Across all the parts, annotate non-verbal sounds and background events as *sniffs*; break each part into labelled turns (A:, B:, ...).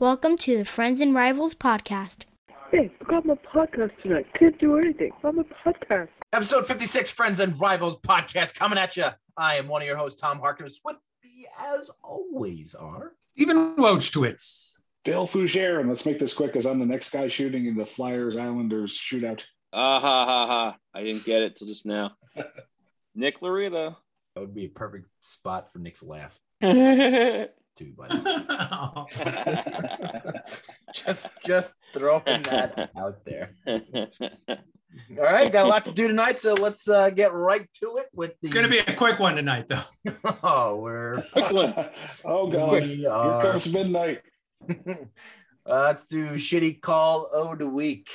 A: Welcome to the Friends and Rivals podcast.
B: Hey, I forgot my podcast tonight. Can't do anything. I'm a podcast.
C: Episode 56, Friends and Rivals podcast, coming at you. I am one of your hosts, Tom Harkness. With me, as always, are.
D: Even Wojtowicz.
E: Bill Fougere, and let's make this quick because I'm the next guy shooting in the Flyers Islanders shootout. *laughs*
F: Ah ha ha ha! I didn't get it till just now. Nick *laughs* Larita.
C: That would be a perfect spot for Nick's laugh,
F: That's
C: too,
D: *laughs*
C: buddy. *laughs*
D: Aw.
C: just, just throwing that out there. All right, got a lot to do tonight, so let's uh, get right to it with the.
D: it's going to be a quick one tonight, though.
C: *laughs* oh, we're.
F: Quick one.
E: oh God, here
C: We are-
E: comes midnight.
C: *laughs* uh, let's do shitty call O to week.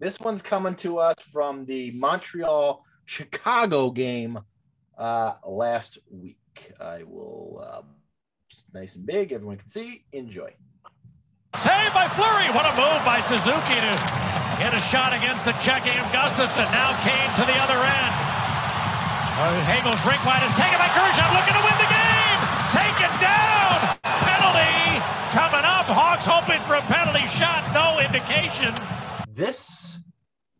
C: This one's coming to us from the Montreal Chicago game uh, last week. I will, uh, nice and big, everyone can see. Enjoy.
G: Saved by Flurry. What a move by Suzuki to get a shot against the checking of Gustafson. Now Kane to the other end. Uh, Hagel's rink wide is taken by Kershaw. Looking to win the game. Taken down. Penalty coming up. Hawks hoping for a penalty shot. No indication.
C: This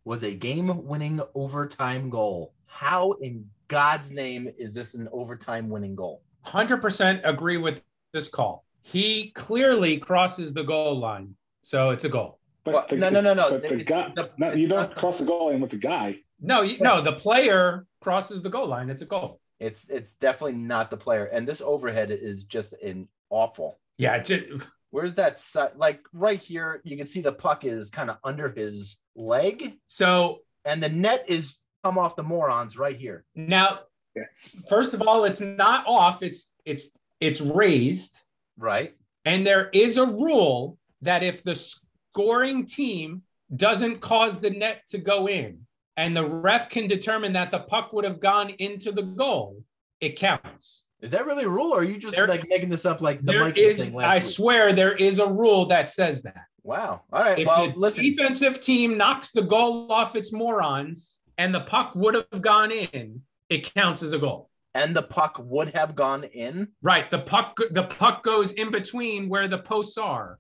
C: was a game winning overtime goal. How in God's name is this an overtime winning goal?
D: 100% agree with this call. He clearly crosses the goal line. So it's a goal.
E: But
C: Well,
E: the,
C: no, no, no, no.
E: But the
C: It's
E: guy,
C: the-
E: no,
C: it's
E: you don't
C: not the-
E: cross the goal line with the guy.
D: No, you, no, the player crosses the goal line. It's a goal.
C: It's it's definitely not the player. And this overhead is just an awful.
D: Yeah. It's just,
C: Where's that side? Like right here, you can see the puck is kind of under his leg,
D: so
C: and the net is come off the morons right here.
D: now,
E: Yes.
D: first of all, it's not off. It's it's it's raised.
C: Right.
D: And there is a rule that if the scoring team doesn't cause the net to go in and the ref can determine that the puck would have gone into the goal, it counts.
C: Is that really a rule, or are you just
D: There-
C: like making this up like the
D: there
C: Vikings
D: is,
C: thing last
D: I
C: week?
D: swear, there is a rule that says that.
C: Wow. All right.
D: If
C: well,
D: the
C: listen.
D: defensive team knocks the goal off its morons and the puck would have gone in, it counts as a goal.
C: And the puck would have gone in.
D: Right. The puck the puck goes in between where the posts are.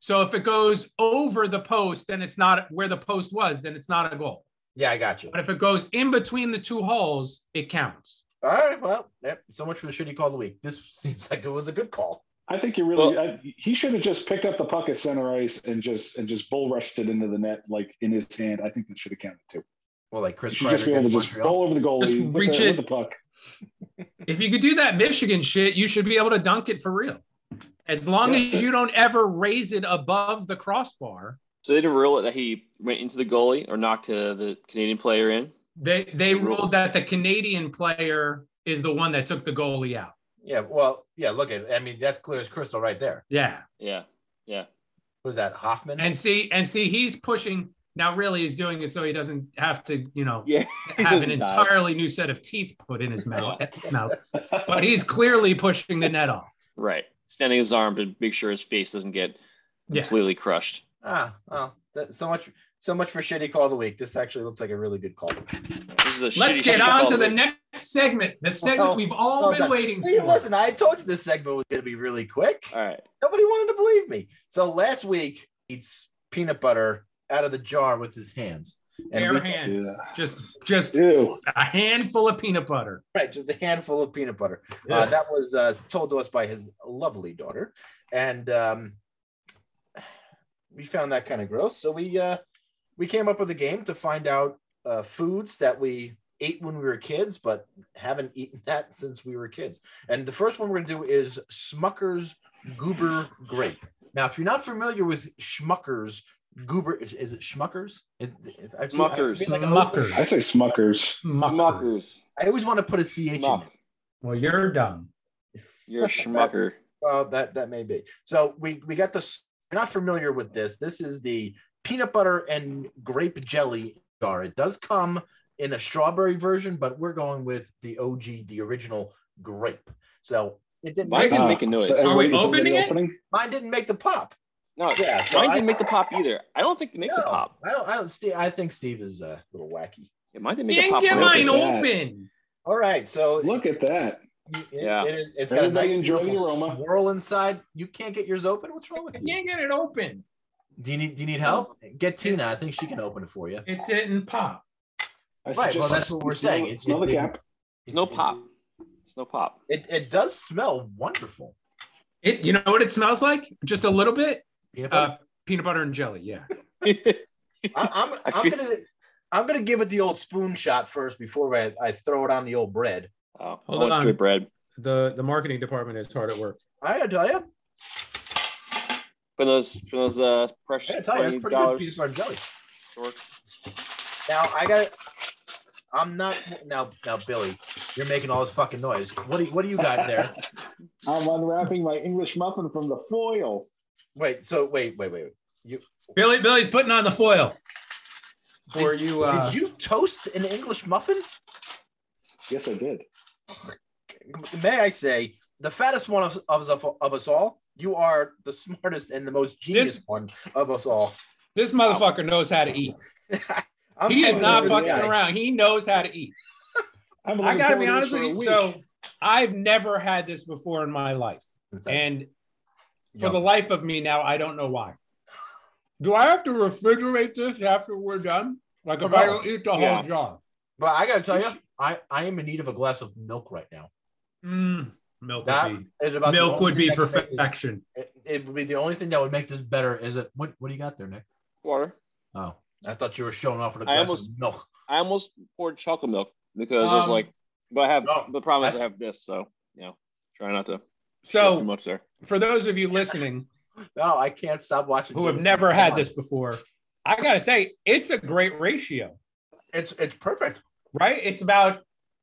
D: So if it goes over the post, then it's not where the post was, then it's not a goal.
C: Yeah, I got you.
D: But if it goes in between the two holes, it counts.
C: All right. Well, yep, so much for the shitty call of the week. This *laughs* seems like it was a good call.
E: I think he really.
F: Well-
E: I, he should have just picked up the puck at center ice and just and just bull rushed it into the net like in his hand. I think that should have counted too.
C: Well, like
E: You
C: Chris
E: should
C: Kreider
E: just be able to
C: against
E: just
C: Montreal.
E: bowl over the
D: Just
E: goalie with
D: reach
E: the,
D: it.
E: with the puck.
D: If you could do that Michigan shit, you should be able to dunk it for real. As long
E: Yeah.
D: as you don't ever raise it above the crossbar,
F: So they didn't rule it that he went into the goalie or knocked uh, the Canadian player in.
D: they they
F: Rule.
D: ruled that the Canadian player is the one that took the goalie out.
C: Yeah. Well, yeah. Look at. I mean, that's clear as crystal right there.
D: Yeah.
F: Yeah.
C: Was that Hoffman?
D: And see and see he's pushing now really he's doing it so he doesn't have to, you know,
F: Yeah.
D: have an entirely new set of teeth put in his
F: *laughs*
D: mouth. mouth. But
E: But
D: he's clearly pushing the net off.
F: Right. Standing his arm to make sure his face doesn't get
D: Yeah.
F: completely crushed.
C: Ah, well, that, so much, so much for shitty call of the week. This actually looks like a really good call.
F: This is a
D: Let's
F: shitty,
D: get
F: shitty
D: on
F: call
D: to the
F: of
D: next segment, the
C: Well,
D: segment we've all
C: well
D: been
C: done.
D: waiting
C: See,
D: for.
C: listen, I told you this segment was going to be really quick.
F: All right.
C: Nobody wanted to believe me. So last week, he eats peanut butter out of the jar with his hands. And
D: Bare
C: we-
D: hands,
E: Yeah.
D: just just
E: ew.
D: a handful of peanut butter.
C: right, just a handful of peanut butter. Uh,
D: Yes.
C: that was uh, told to us by his lovely daughter, and um, we found that kind of gross. So we uh, we came up with a game to find out uh, foods that we ate when we were kids, but haven't eaten *laughs* that since we were kids. And the first one we're gonna do is Smucker's Goober Grape. Now, if you're not familiar with Schmucker's Goober, is, is it Schmucker's? It, it- I feel- I feel
F: Smucker's.
C: like I always-
D: Muckers.
E: I say Smuckers.
D: Muckers.
F: Muckers.
C: I always want to put a ch in it.
F: Muck.
D: Well, you're dumb.
F: You're a schmucker.
C: Well, that that may be. So we we got this. You're not familiar with this. This is the peanut butter and grape jelly jar. It does come in a strawberry version, but we're going with the OG, the original grape. So it didn't.
F: Mine
C: Make,
F: didn't
E: Ah,
F: make a noise.
E: so
D: Are we
E: everybody- is everybody
D: opening it?
C: mine didn't make the pop.
F: No,
C: Yeah, so
F: mine
C: I-
F: didn't make the pop either. I don't think it makes
C: no,
F: a pop.
C: I don't. I don't. Steve, I think Steve is uh, a little wacky.
F: Yeah, mine didn't make a
D: Didn't
F: pop.
D: get
F: when I
D: mine
F: opened it.
E: that.
D: open.
C: All right, so
E: Look at that.
C: it-
F: Yeah.
C: it, is- it's got a
E: Everybody
C: nice
E: enjoy the
C: beautiful
E: aroma.
C: swirl inside. You can't get yours open. What's wrong with
D: I
C: you?
D: can't get it open.
C: Do you need Do you need help? Get Tina. I think she can open it for you.
D: It didn't pop.
E: I
C: Right, well,
E: suggest
C: that's what we're
E: smell-
C: saying. It-
E: Smell
C: it-
E: the cap.
F: There's no pop. There's
C: *laughs*
F: no pop.
C: It It does smell wonderful.
D: It. You know what it smells like? Just a little bit.
C: Peanut butter.
D: Uh, peanut butter and jelly. Yeah.
C: I, I'm
F: *laughs* I
C: I'm
F: feel-
C: gonna I'm gonna give it the old spoon shot first before I, I throw it on the old bread.
F: oh,
D: Hold
F: I want
D: on.
F: straight bread.
D: The the marketing department is hard at work.
C: I gotta tell you,
F: For those for those uh
C: I gotta
F: precious
C: tell you, that's
F: twenty
C: pretty good peanut
F: dollars.
C: butter and jelly. Now I got. I'm not now. Now Billy, you're making all this fucking noise. What do you, What do you got
F: *laughs*
C: there?
E: I'm unwrapping my English muffin from the foil.
C: wait. So wait, wait, wait. You
D: Billy Billy's putting on the foil. For
C: Did-
D: you. Uh,
C: did you toast an English muffin?
E: Yes, I did.
C: May I say, the fattest one of, of, us- of us all. You are the smartest and the most genius
D: This-
C: one of us all.
D: This motherfucker knows how to eat.
C: *laughs* I'm
D: he is
C: telling
D: not
C: you, this
D: fucking
C: guy.
D: around. He knows how to eat.
E: I've been
D: I
E: looking
D: gotta
E: forward
D: be
E: to this
D: honest
E: for
D: with
E: a
D: you.
E: week.
D: So I've never had this before in my life, and for the life of me now, I don't know why. Do I have to refrigerate this after we're done? Like if I don't eat the
F: Yeah.
D: whole jar,
C: But I gotta tell you, I, I am in need of a glass of milk right now.
D: Mm, milk
C: That
D: would be
C: is about the
D: milk
C: only
D: would be
C: thing that can make
D: perfection.
C: this- It, it would be the only thing that would make this better. Is it what what do you got there, Nick?
F: Water.
C: Oh, I thought you were showing off with a
F: I
C: glass
F: almost-
C: of milk. *laughs*
F: I almost poured chocolate milk because I was
D: Um,
F: like, but I have
C: no,
F: the problem is
C: oh, I-
F: I have this, so you know, try not to put too
D: So
F: much there.
D: for those of you listening
C: No, I can't stop watching.
D: who have
C: Disney.
D: never had
C: Come
D: this before, I gotta say it's a great ratio.
C: on. It's it's perfect.
D: right? It's about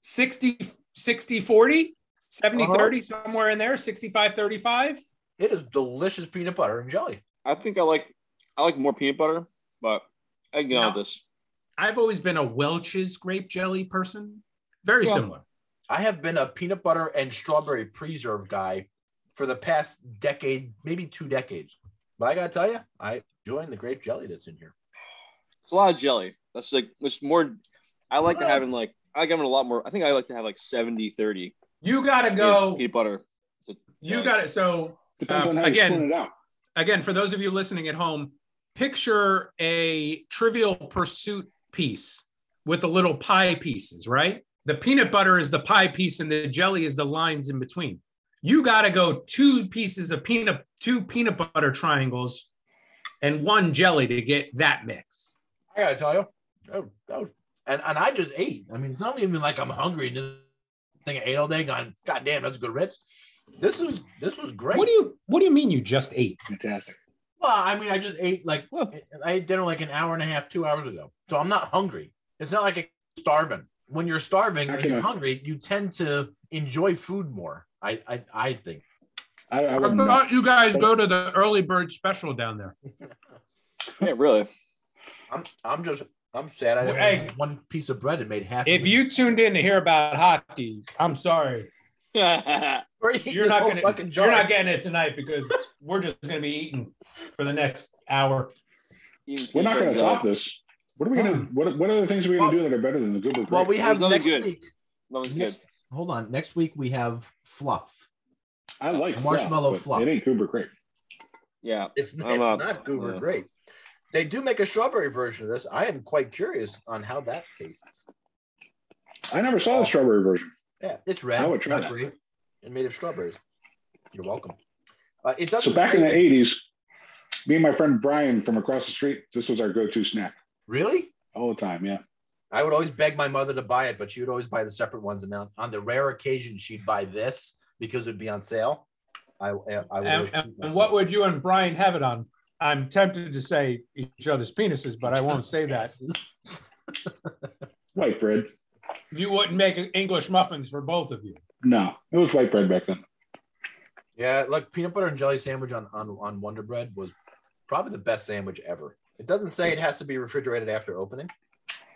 D: 60, 60, 40, 70,
C: Uh-huh.
D: 30, somewhere in there, 65, 35.
C: It is delicious peanut butter and jelly.
F: I think I like I like more peanut butter, but I can get on
D: No.
F: with this.
D: I've always been a Welch's grape jelly person. Very
F: Yeah.
D: similar.
C: I have been a peanut butter and strawberry preserve guy for the past decade, maybe two decades. But I gotta tell you, I joined the grape jelly that's in here.
F: It's a lot of jelly. That's like it's more. I like
C: Well-
F: having like I like having a lot more. I think I like to have like 70, 30
D: You got to go.
F: peanut butter. to
D: You
F: jelly.
D: got it. So,
E: Depends
D: Uh,
E: on how
D: again-
E: you spoon it out.
D: again, for those of you listening at home, picture a trivial pursuit piece with the little pie pieces, right? The peanut butter is the pie piece and the jelly is the lines in between. You got to go two pieces of peanut, two peanut butter triangles and one jelly to get that mix.
C: I gotta tell you, that- that was- and and I just ate. I mean, it's not even like I'm hungry. and This thing I ate all day. Gone. God damn, that's good Ritz. This was this was great.
D: What do you what do you mean you just ate?
E: Fantastic.
C: well, I mean, I just ate like
F: Well,
C: I ate dinner like an hour and a half, two hours ago. So I'm not hungry. It's not like I'm starving. When you're starving
E: How
C: and
E: can
C: you're
E: I-
C: hungry, you tend to enjoy food more. I I, I think.
E: I, I
D: I
E: would
D: thought
E: not.
D: you guys go to the early bird special down there.
F: yeah, really. *laughs*
C: I'm I'm just I'm sad. I didn't
D: Hey.
C: have one piece of bread and made half.
D: If
C: of *laughs*
D: you tuned in to hear about hockey, I'm sorry.
F: yeah,
C: Or eat
D: you're
C: this
D: not
C: whole
D: gonna
C: fucking jar.
D: you're not getting it tonight because we're just gonna be eating for the next hour.
E: We're not going to top this. What are we going to? What What other things are we going to do that are better than the Goober? Grape?
C: well, we have
F: There's nothing
C: next
F: good.
C: week.
F: That was good.
C: Next, hold on. Next week we have fluff.
E: I like
C: marshmallow
E: but
C: fluff.
E: It ain't Goober Grape.
F: Yeah,
C: It's, it's
F: I'm not-
C: not, goober
E: uh,
F: yeah.
C: grape. They do make a strawberry version of this. I am quite curious on how that tastes.
E: I never saw
D: Oh.
E: the strawberry version.
C: Yeah, it's red.
E: I would try
C: not
E: that.
C: grape, and made of strawberries. You're welcome. Uh, it doesn't.
E: So back in
C: say-
E: the '80s, me and my friend Brian from across the street, this was our go-to snack
C: really,
E: all the time. Yeah,
C: I would always beg my mother to buy it, but she would always buy the separate ones. And on, on the rare occasion she'd buy this because it would be on sale. I, I, I would
D: And,
C: always
D: and-
C: treat
D: and
C: myself.
D: what would you and Brian have it on? I'm tempted to say each other's penises, but I won't say that.
E: white bread.
D: You wouldn't make English muffins for both of you.
E: No, it was white bread back then.
C: Yeah, look, peanut butter and jelly sandwich on, on on Wonder Bread was probably the best sandwich ever. It doesn't say it has to be refrigerated after opening.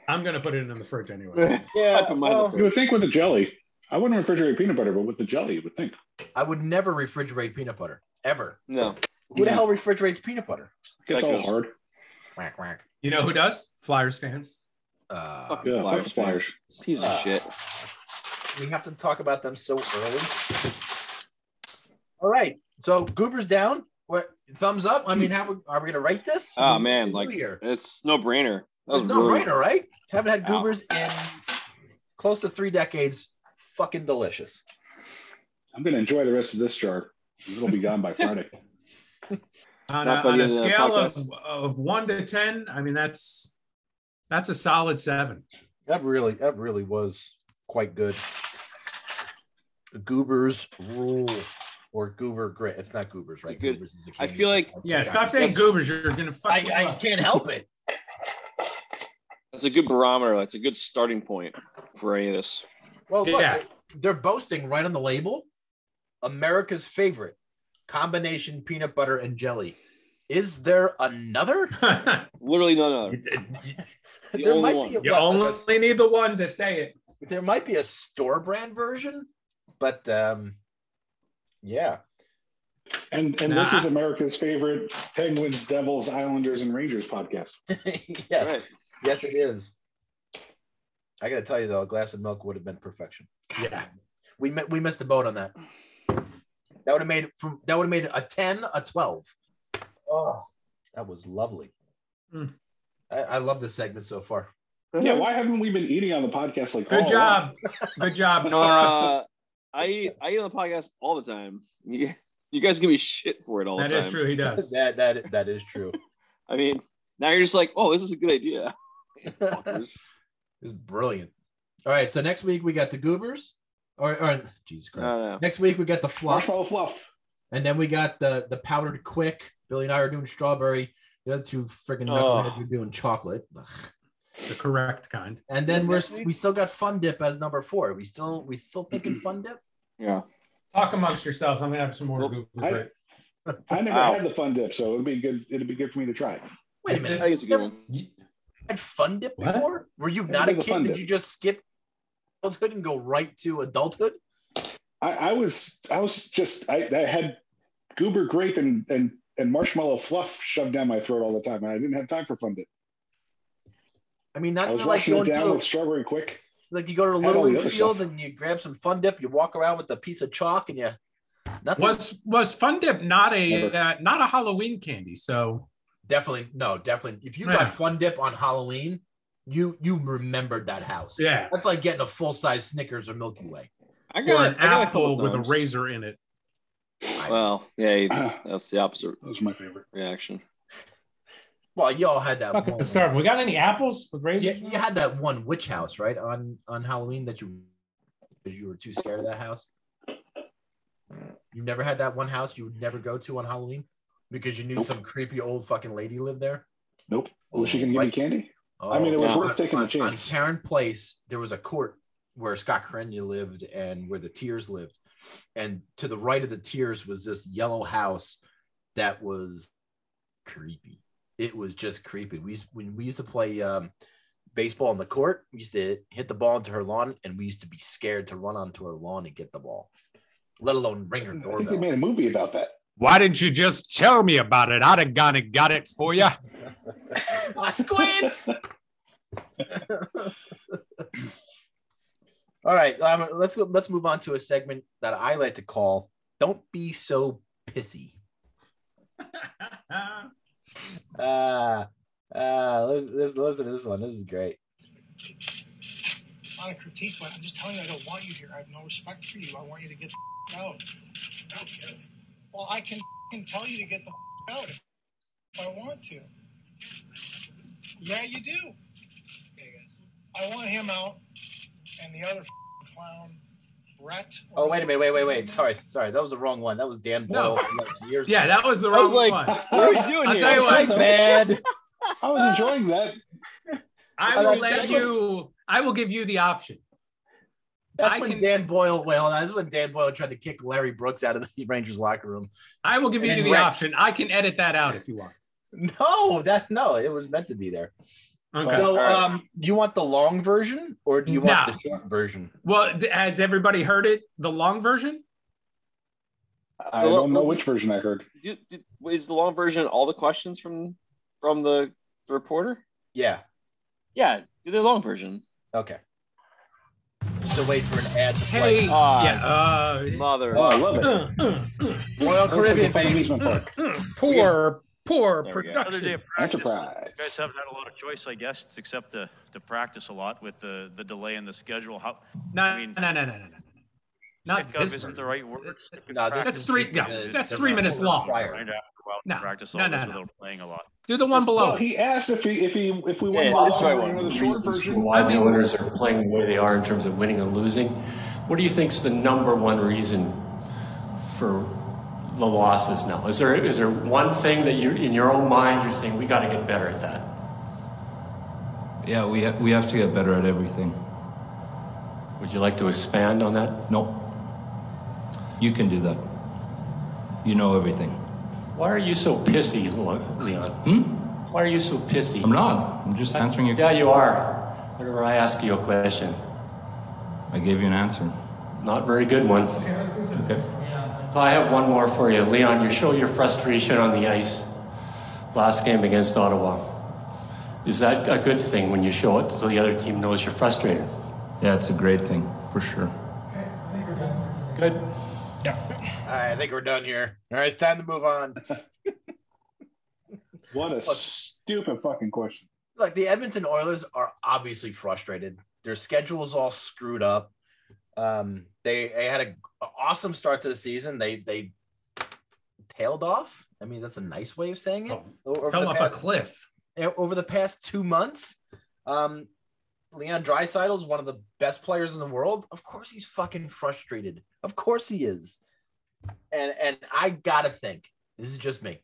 D: I'm gonna put it in the fridge anyway.
C: Yeah,
F: Open my
C: well,
E: You would think with the jelly, I wouldn't refrigerate peanut butter, but with the jelly, you would think.
C: I would never refrigerate peanut butter ever.
F: no.
C: Who the hell refrigerates peanut butter?
E: It gets
F: Like
E: all
F: this.
E: hard.
C: Whack whack.
D: You know who does? Flyers fans.
C: Uh,
F: Fuck
E: Yeah,
F: Flyers.
E: flyers. flyers.
F: Piece of
C: Uh,
F: shit.
C: We have to talk about them so early. All right. So Goober's down. What thumbs up? I mean, how we, are we gonna rate this?
F: Oh
C: What do
F: man,
C: we
F: like
C: do here?
F: it's no brainer. That was
C: It's no
F: really-
C: brainer, right? Haven't had
F: Wow.
C: Goobers in close to three decades. Fucking delicious.
E: I'm going to enjoy the rest of this jar. It'll be gone by Friday.
D: on a,
F: Not by
D: on
F: the
D: a
F: end of the
D: scale of,
F: podcast.
D: of one to ten i mean that's that's a solid seven
C: That really, that really was quite good. The Goobers rule or Goober grit. It's not Goobers, right?
F: Good.
C: Goobers is a
F: I
C: candy.
F: feel like-
D: yeah
C: Okay.
D: stop saying
F: That's-
D: goobers you're gonna fuck
C: I,
D: me
C: I
D: up.
C: can't help it.
F: That's a good barometer. That's a good starting point for any of this.
C: Well, look,
D: Yeah.
C: they're boasting right on the label America's favorite combination peanut butter and jelly. Is there
F: *laughs*
C: another?
F: Literally none other. The
C: there,
F: only
C: might
F: one.
C: Be a,
D: *laughs* you
C: like
D: only need the one to say it
C: a- there might be a store brand version, but um, yeah. *laughs*
E: And and this
D: Nah.
E: is America's favorite Penguins, Devils, Islanders, and Rangers podcast.
C: yes.
F: Right.
C: Yes, it is. I gotta tell you though, a glass of milk would have been perfection.
D: yeah
C: We mi- we missed a boat on that. That would have made from that would have made it a ten, a twelve. Oh, that was lovely.
D: Mm.
C: I, I love this segment so far.
E: *laughs* Yeah, why haven't we been eating on the podcast like
D: good
E: all along?
D: job good
F: *laughs*
D: job nora
F: Nora, uh, I eat, I eat on the podcast all the time. You, you guys give me shit for it all
D: that
F: the time.
D: is true he
C: *laughs*
D: does
C: That that that is true.
F: I mean, now you're just like, oh, this is a good idea. Fuckers.
C: It's brilliant. All right, so next week we got the goobers. Or, or Jesus Christ.
F: No, no.
C: Next week we got the fluff.
E: Marshmallow fluff.
C: And then we got the the powdered quick. Billy and I are doing strawberry. The other two freaking
F: Oh.
C: knuckleheads are doing chocolate. Ugh.
D: the correct kind
C: And then we're we still got fun dip as number four. We still we still thinking fun dip.
F: Yeah.
D: talk amongst yourselves i'm gonna have some more
F: Well,
D: goober
E: I-
D: grit.
E: I never
F: Wow.
E: had the fun dip, so it'd be good. It'd be good for me to try. it.
C: Wait a
D: Is
F: I
C: minute,
D: this-
F: think it's a good
C: you
F: one.
D: You-
C: had fun dip
D: What?
C: before? Were you
E: Never
C: not a
E: did the
C: kid?
E: Fun
C: Did
E: Dip.
C: you just skip adulthood and go right to adulthood?
E: I, I was I was just I, I had goober grape and and and marshmallow fluff shoved down my throat all the time. and I didn't have time for fun dip.
C: I mean, not
E: I was
C: even like
E: washing
C: going
E: it down
C: to
E: with strawberry quick. *clears throat*
C: like you go to the
E: Had
C: little
E: all the
C: league
E: other
C: field
E: stuff.
C: and you grab some fun dip. You walk around with a piece of chalk and you nothing.
D: was was fun dip not a
E: Never.
D: uh, not a halloween candy so
C: Definitely no, definitely. If you
D: Yeah.
C: got fun dip on Halloween, you you remembered that house.
D: yeah
C: That's like getting a full size Snickers or Milky Way.
F: I
D: or
F: got
D: an
F: I got a couple
D: apple with a
F: times.
D: razor in it
F: Well, yeah, you-
E: that
F: that's the opposite
E: was my favorite.
F: reaction.
C: Well, y'all had that.
D: fucking
C: moment.
D: starving. We got any apples with
C: You,
D: razors?
C: you had that one witch house, right? On on Halloween that you because you were too scared of that house. You never had that one house you would never go to on Halloween because you knew
E: Nope.
C: some creepy old fucking lady lived there.
E: Nope. Was she gonna give me candy?
C: Oh,
E: I mean, it was
F: yeah.
E: worth taking
C: on,
E: the chance.
C: On Karen Place, there was a court where Scott Carenia lived and where the Tears lived. And to the right of the Tears was this yellow house that was creepy. It was just creepy. We used, when we used to play um, baseball on the court, we used to hit the ball into her lawn, and we used to be scared to run onto her lawn and get the ball, let alone ring her
E: I think they
C: doorbell.
E: made a movie about that. *laughs*
D: Why didn't you just tell me about it? I'd have gone and got it for you.
C: Ah, squints. All right, um, let's go, let's move on to a segment that I like to call "Don't Be So Pissy." Uh, uh, let's, let's listen to this one. This is great.
H: not a critique, but I'm just telling you, I don't want you here. I have no respect for you. I want you to get the out. Okay. Well, I can f***ing tell you to get the f- out if, if I want to. Yeah, you do. I want him out, and the other f***ing clown, Brett.
C: Oh, wait a minute, wait, wait, wait. Sorry, sorry, that was the wrong one. That was Dan
D: No.
C: Boyle. Like, years
D: *laughs* yeah,
C: ago.
D: that was the
F: I
D: wrong
F: was like,
E: *laughs*
D: one.
F: What are we
E: I
F: doing
D: I'll
F: here?
D: tell you what.
C: My
D: *laughs*
C: bad.
E: was enjoying that.
C: I
D: I will
C: like
D: let
C: that.
D: you. I will give you the option.
C: That's
D: I
C: when
D: can-
C: Dan Boyle. Well, that's when Dan Boyle tried to kick Larry Brooks out of the *laughs* Rangers locker room.
D: I will give you
C: And
D: the
C: Rex.
D: option. I can edit that out if you want.
C: No, that no, it was meant to be there.
D: Okay.
C: So,
F: Alright.
C: um, do you want the long version or do you want
D: No.
C: the short version?
D: well, d- has everybody heard it? The long version?
E: I don't know which version I heard.
F: Do, do, is the long version all the questions from from the, the reporter?
C: Yeah.
F: Yeah, do the long version.
C: Okay. to wait for an ad to play.
D: Hey,
F: Ah.
D: yeah, uh,
F: Mother.
E: Oh, I
D: *laughs*
E: love it.
D: uh, uh, uh,
C: Royal
E: That's like
C: Caribbean,
E: a fun
C: baby.
E: amusement park.
D: uh, poor, poor
F: There we go.
G: Another day
D: production.
G: of practice.
E: Enterprise.
G: You guys haven't had a lot of choice, I guess, except to, to practice a lot with the, the delay in the schedule. How
D: No,
G: I mean,
D: no, no, no, no, no. Not
G: hiccup
D: this
G: isn't the
D: version.
G: right word. Stupid
C: No, this
G: practice
D: That's three-
G: is-
D: yeah,
G: is-
D: that's
G: is-
D: three minutes long.
G: Right after a while,
D: No,
G: practice all
D: no, no,
G: this
D: no.
G: without playing a lot.
D: Do the one below.
E: Well, he asked if he if he if we want
F: Yeah,
E: the
F: that's
E: long
F: what I
E: version or the
F: want.
E: short
I: reasons for
E: version.
I: why
D: I
I: the
D: mean-
I: Oilers are playing the way they are in terms of winning and losing. What do you think's the number one reason for the losses now? Is there is there one thing that you in your own mind you're saying we got to get better at that?
J: Yeah, we, ha- we have to get better at everything.
I: Would you like to expand on that?
J: Nope. You can do that. You know everything.
I: Why are you so pissy, Lo- Leon? Why are you so pissy?
J: Hmm? I'm not. I'm just answering your
I: Yeah, you are. Whenever I ask you a question,
J: I gave you an answer.
I: not very good one.
J: Okay.
I: I have one more for you, Leon. You show your frustration on the ice last game against Ottawa. Is that a good thing when you show it so the other team knows you're frustrated?
J: Yeah, it's a great thing, for sure.
I: Good.
C: All right, I think we're done here. All right, it's time to move on.
E: What a stupid fucking question.
C: *laughs* Look, the Edmonton Oilers are obviously frustrated. Their schedule's all screwed up. Um, they they had a g- awesome start to the season. They they tailed off. I mean, that's a nice way of saying it.
D: Oh,
C: O- Over
D: Fell
C: the
D: off
C: past,
D: a cliff.
C: eh, over the past two months, um, Leon Draisaitl is one of the best players in the world. Of course, he's fucking frustrated. Of course, he is. And and I gotta think this is just me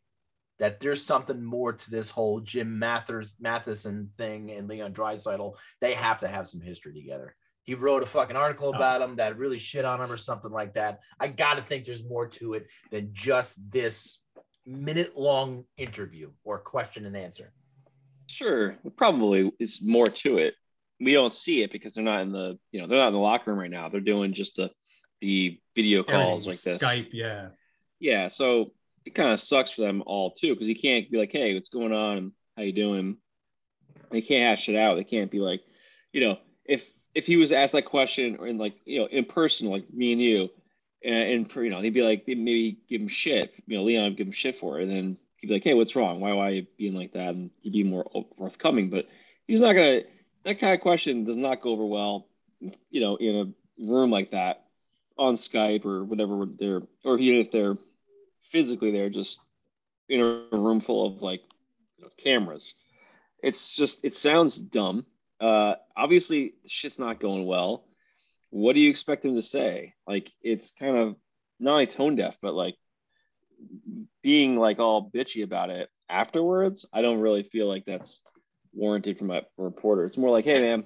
C: that there's something more to this whole Jim Mathers Matheson thing and Leon Draisaitl. They have to have some history together. He wrote a fucking article about him that really shit on him or something like that. I gotta think there's more to it than just this minute long interview or question and answer.
F: Sure, probably it's more to it. We don't see it because they're not in the you know they're not in the locker room right now. They're doing just the the video calls like this.
D: Skype, yeah.
F: Yeah, so it kind of sucks for them all too because you can't be like, hey, what's going on? How you doing? They can't hash it out. They can't be like, you know, if if he was asked that question or in like you know in person like me and you, and, and for, you know they'd be like they'd maybe give him shit. You know, Leon would give him shit for it, and then he'd be like, hey, what's wrong? Why why you being like that? And he'd be more o- forthcoming. But he's not gonna. That kind of question does not go over well, you know, in a room like that on Skype or whatever they're, or even if they're physically there, just in a room full of like you know, cameras. It's just, it sounds dumb. Uh, obviously, shit's not going well. What do you expect them to say? Like, it's kind of not only tone deaf, but like being like all bitchy about it afterwards. I don't really feel like that's warranted from a reporter. It's more like, hey, man,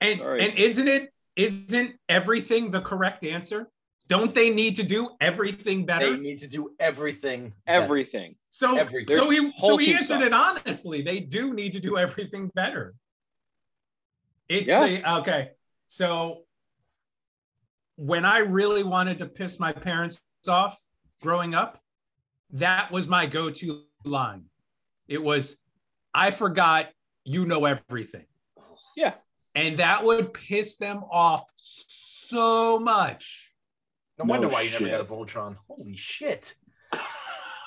D: And
F: Sorry.
D: and isn't it isn't everything the correct answer? Don't they need to do everything better?
C: They need to do everything. better.
F: everything.
D: so
C: everything.
D: so he so
F: Whole
D: he
F: team
D: answered
F: sucks.
D: it honestly. They do need to do everything better. It's
F: Yeah.
D: the okay. So when I really wanted to piss my parents off growing up, that was my go-to line. It was, I forgot you know everything.
F: Yeah.
D: And that would piss them off so much.
C: No wonder
E: No
C: why you never
E: shit.
C: got a Voltron. Holy shit.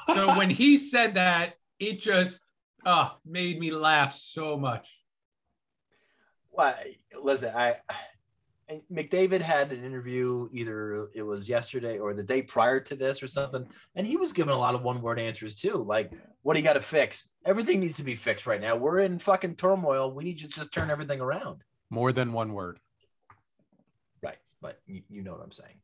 D: So when he said that, it just uh, made me laugh so much.
C: Well, listen, I and McDavid had an interview either it was yesterday or the day prior to this or something, and he was giving a lot of one-word answers too. Like, what do you got to fix? Everything needs to be fixed right now. We're in fucking turmoil. We need to just turn everything around.
D: More than one word.
C: Right, but you, you know what I'm saying.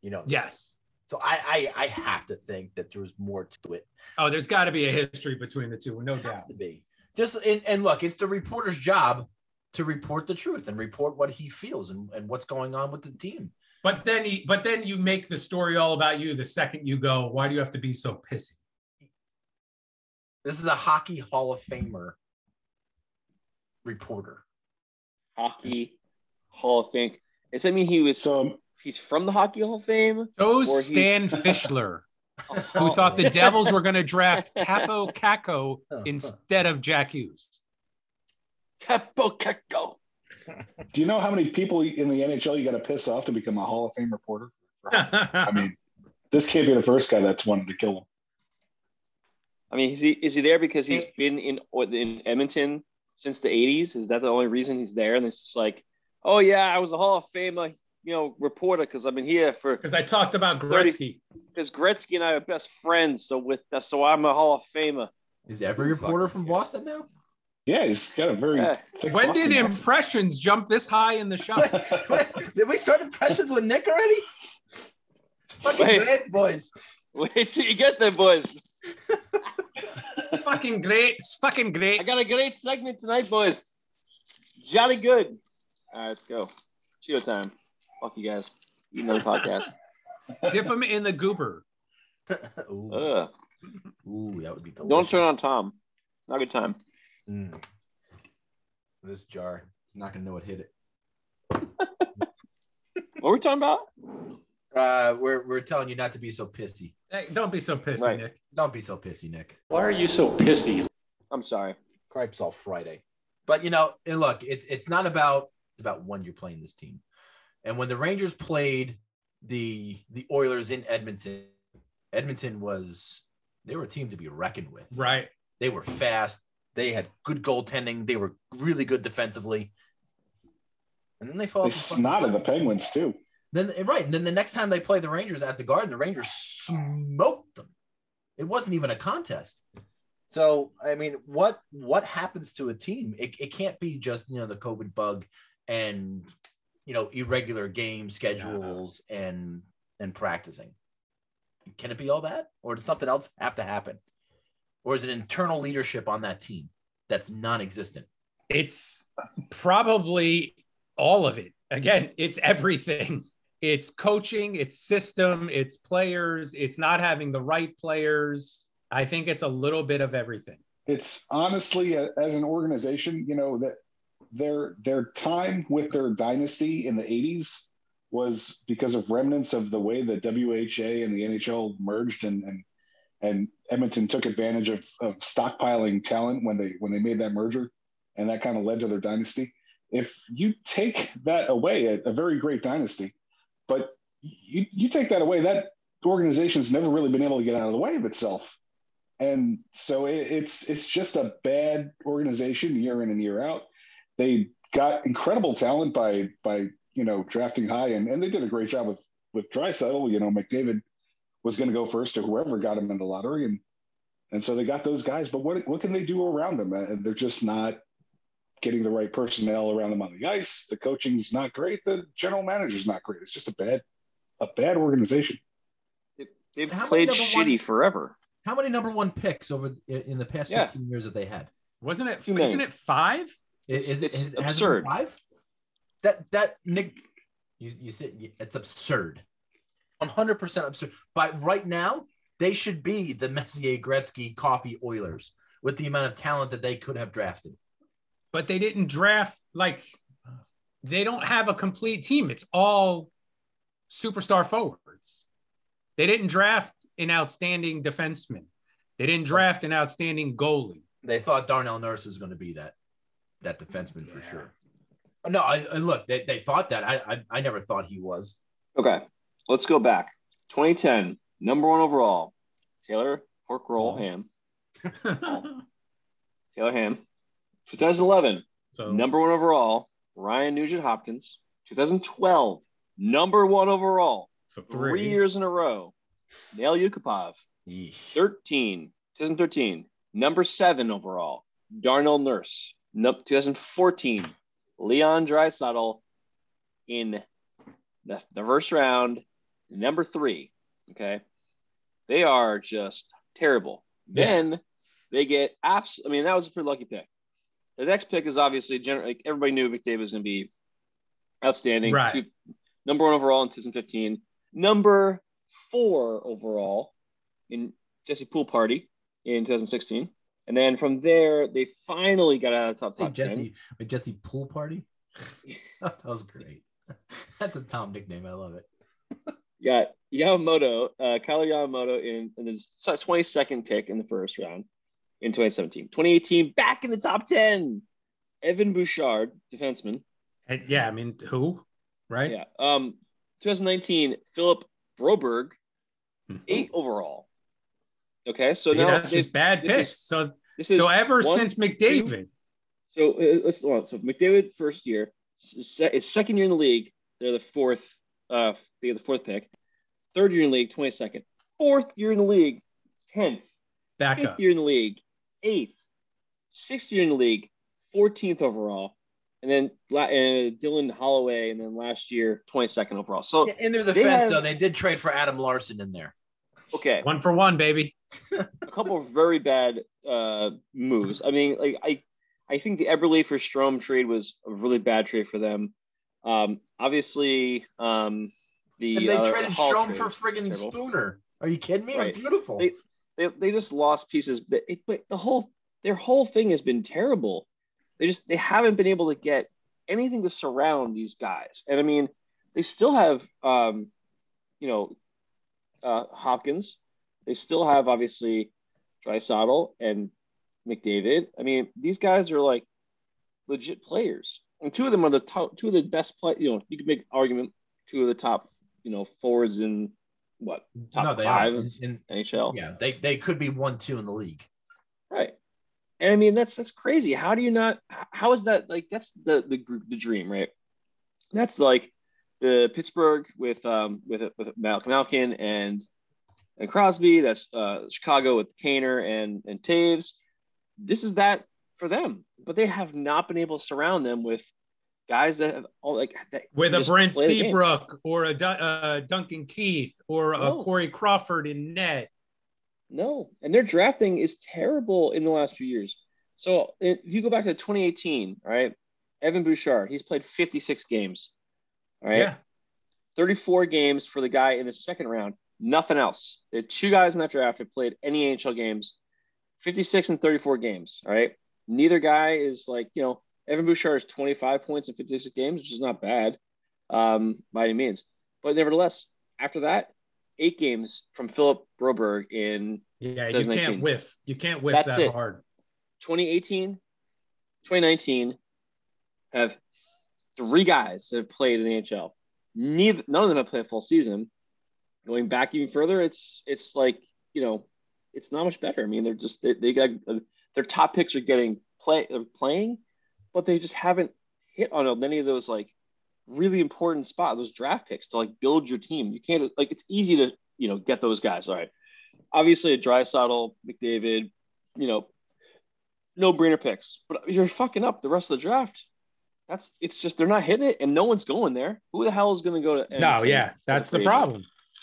C: You know. what I'm saying.
D: Yes.
C: So I, I I have to think that there's more to it.
D: Oh, there's got to be a history between the two, no
C: It has
D: doubt.
C: to be. Just and, and look, it's the reporter's job to report the truth and report what he feels and, and what's going on with the team.
D: But then, he, but then you make the story all about you the second you go. Why do you have to be so pissy?
C: This is a hockey Hall of Famer
D: *laughs*
C: reporter.
F: Hockey Hall of Fame. Does that mean he was
E: So
F: he's from the Hockey Hall of Fame?
D: Joe
F: Or he's- *laughs* Oh.
D: Stan Fischler, who
C: *laughs*
D: thought the Devils were going to draft
F: *laughs*
D: Capo *laughs* Caco instead of Jack Hughes.
F: Capo Caco.
E: Do you know how many people in the NHL you got to piss off to become a Hall of Fame reporter? I mean, this can't be the first guy that's wanted to kill him.
F: I mean, is he is he there because he's been in in Edmonton since the '80s? Is that the only reason he's there? And it's just like, oh yeah, I was a Hall of Famer, you know, reporter because I've been here for
D: because I talked about Gretzky.
F: Because Gretzky and I are best friends, so with so I'm a Hall of Famer.
C: Is every reporter from Boston now? *laughs*
E: Yeah, he's got a very.
F: *laughs* Yeah.
E: thick
D: When
E: Boston
D: did
E: accent.
D: impressions jump this high in the
F: *laughs*
D: shot?
E: *laughs*
C: Did we start impressions with Nick already? Fucking
F: Wait.
C: great boys.
F: Wait till you get there, boys.
D: fucking great, it's fucking great.
F: I got a great segment tonight, boys. Jolly good. All right, let's go. Cheeto time. Fuck you guys. You know
C: *laughs*
F: the podcast.
D: Dip him in the goober.
C: Ooh,
F: Ugh.
C: ooh, that would be delicious.
F: Uh, Don't turn on Tom. Not a good time.
C: Mm. This jar is not gonna know what hit it.
F: What were we talking about?
C: Uh, we're we're telling you not to be so pissy.
D: Hey, don't be so pissy,
F: Right.
D: Nick.
C: Don't be so pissy, Nick.
I: Why are you so pissy?
F: I'm sorry.
C: Cripes all Friday. But you know, and look, it's it's not about it's about when you're playing this team. And when the Rangers played the the Oilers in Edmonton, Edmonton was they were a team to be reckoned with.
D: Right.
C: They were fast. They had good goaltending. They were really good defensively. And then they fall.
E: They
C: off the fucking
E: snotted the
C: wagon.
E: Penguins too.
C: Then right, and then the next time they play the Rangers at the Garden, the Rangers smoked them. It wasn't even a contest. So I mean, what what happens to a team? It, it can't be just you know the COVID bug and you know irregular game schedules and and practicing. Can it be all that, or does something else have to happen, or is it internal leadership on that team that's non-existent?
D: It's probably all of it. Again, it's everything. It's coaching, it's system, it's players, it's not having the right players. I think it's a little bit of everything.
E: It's honestly, a- as an organization, you know that their their time with their dynasty in the '80s was because of remnants of the way the WHA and the NHL merged, and and and Edmonton took advantage of of stockpiling talent when they when they made that merger, and that kind of led to their dynasty. If you take that away, a, a very great dynasty, but you you take that away, that organization's never really been able to get out of the way of itself and so it, it's it's just a bad organization year in and year out. They got incredible talent by by you know drafting high, and, and they did a great job with with Drysaddle. You know, McDavid was going to go first to whoever got him in the lottery, and and so they got those guys. But what what can they do around them? Uh, They're just not getting the right personnel around them on the ice. The coaching's not great. The general manager's not great. It's just a bad a bad organization.
F: They've
C: How many
F: played
C: number one-
F: shitty forever.
C: How many number one picks over in in the past
F: Yeah.
C: 15 years that they had?
D: Wasn't it?
F: Too many.
D: Isn't it five?
F: It's-
C: Is, is
F: it's
C: it, has, has it been
F: absurd.
C: Five? That that Nick, you you said it's absurd, one hundred percent absurd. But right now they should be the Messier, Gretzky, Coffee Oilers with the amount of talent that they could have drafted.
D: but they didn't draft like they don't have a complete team. It's all superstar forwards. They didn't draft an outstanding defenseman. They didn't draft an outstanding
F: *laughs*
D: goalie.
C: They thought Darnell Nurse was going to be that that defenseman for sure. No, I, I look. They, they thought that. I, I I never thought he was.
F: Okay, let's go back. 2010, number one overall, Taylor Horkroll
C: Uh-huh.
F: Ham. Taylor Ham. 2011,
D: so
F: number one overall, Ryan Nugent Hopkins. 2012, number one overall,
D: so
F: three, years in a row, Nail Yukupov.
C: Yeesh.
F: 13, 2013, number seven overall, Darnell Nurse. No, 2014, Leon Drysaddle in the, the first round, number three. Okay. They are just terrible.
D: Yeah.
F: Then they get abs. I mean, that was a pretty lucky pick. The next pick is obviously generally like everybody knew McDavid was going to be outstanding.
D: Right.
F: Two- number one overall in 2015. Number four overall in Jesse Pool Party in 2016. And then from there, they finally got out of the top,
C: Hey,
F: top 10.
C: Jesse, a Jesse pool party. *laughs* that was great. *laughs* That's a Tom nickname. I love it.
F: You got Yamamoto, uh, Kyler Yamamoto in, in the 22nd pick in the first round in 2017. 2018, back in the top 10. Evan Bouchard, defenseman.
D: Uh, Yeah, I mean, who? Right?
F: Yeah. Um, 2019, Philip Broberg, eight overall. Okay, so
D: Hmm. See,
F: now
D: that's
F: they-
D: just bad
F: this is-
D: picks. so,
F: this is
D: so ever
F: one,
D: since McDavid,
F: So uh, let's hold on. So McDavid first year, se- his second year in the league, they're the fourth. Uh, they get the fourth pick. Third year in the league, twenty second. Fourth year in the league, tenth.
D: back
F: Fifth
D: up.
F: year in the league, eighth. Sixth year in the league, fourteenth overall. And then la- uh, Dylan Holloway, and then last year, twenty second overall. So
C: In their
F: They
C: defense,
F: have-
C: though, they did trade for Adam Larson in there.
F: okay,
D: One for one, baby.
F: a couple of very bad uh, moves. I mean, like I, I think the Eberle for Strom trade was a really bad trade for them. Um, obviously, um, the
C: And they
F: uh,
C: traded
F: Hall
C: Strom
F: trade
C: for
F: was
C: friggin'
F: terrible.
C: Spooner. Are you kidding me?
F: Right.
C: It was beautiful.
F: They- They, they just lost pieces, but, it, but the whole their whole thing has been terrible. They just they haven't been able to get anything to surround these guys, and I mean, they still have um, you know uh, Hopkins. They still have obviously Drysaddle and McDavid. I mean, these guys are like legit players, and two of them are the top, two of the best play. You know, you could make argument two of the top, you know, forwards in what top
C: no, they
F: five
C: are.
F: of
C: And-
F: NHL.
C: yeah, they, they could be one two in the league.
F: Right. And I mean that's that's crazy. How do you not h- how is that like that's the the gr- the dream, right? That's like the Pittsburgh with um with with Malcolm Malkin and and Crosby, that's uh Chicago with Kaner and and Taves. This is that for them, but they have not been able to surround them with guys that have all like that
D: With a
F: just
D: Brent
F: play the game.
D: Seabrook or a Du- uh, Duncan Keith or a
F: No.
D: Corey Crawford in net.
F: No, and their drafting is terrible in the last few years. So if you go back to 2018, all right, Evan Bouchard, he's played 56 games, all right,
D: Yeah.
F: 34 games for the guy in the second round, nothing else. There are two guys in that draft that played any NHL games, 56 and 34 games, all right. Neither guy is like, you know, Evan Bouchard is 25 points in 56 games, which is not bad um, by any means. But nevertheless, after that, eight games from Philip Broberg in
D: Yeah, you
F: 2019.
D: can't whiff. You can't whiff
F: That's
D: that
F: it.
D: hard.
F: 2018, 2019 have three guys that have played in the NHL. Neither, none of them have played a full season. Going back even further, it's it's like you know, it's not much better. I mean, they're just they, they got their top picks are getting play are playing, but they just haven't hit on many of those like really important spots, those draft picks to like build your team. You can't like it's easy to you know get those guys. All right, obviously a dry saddle, McDavid, you know, no brainer picks, but you're fucking up the rest of the draft. That's it's just they're not hitting it, and no one's going there. Who the hell is going to go to?
D: no,
F: Edmonton
D: yeah,
F: as a
D: that's
F: free
D: the
F: agent?
D: problem.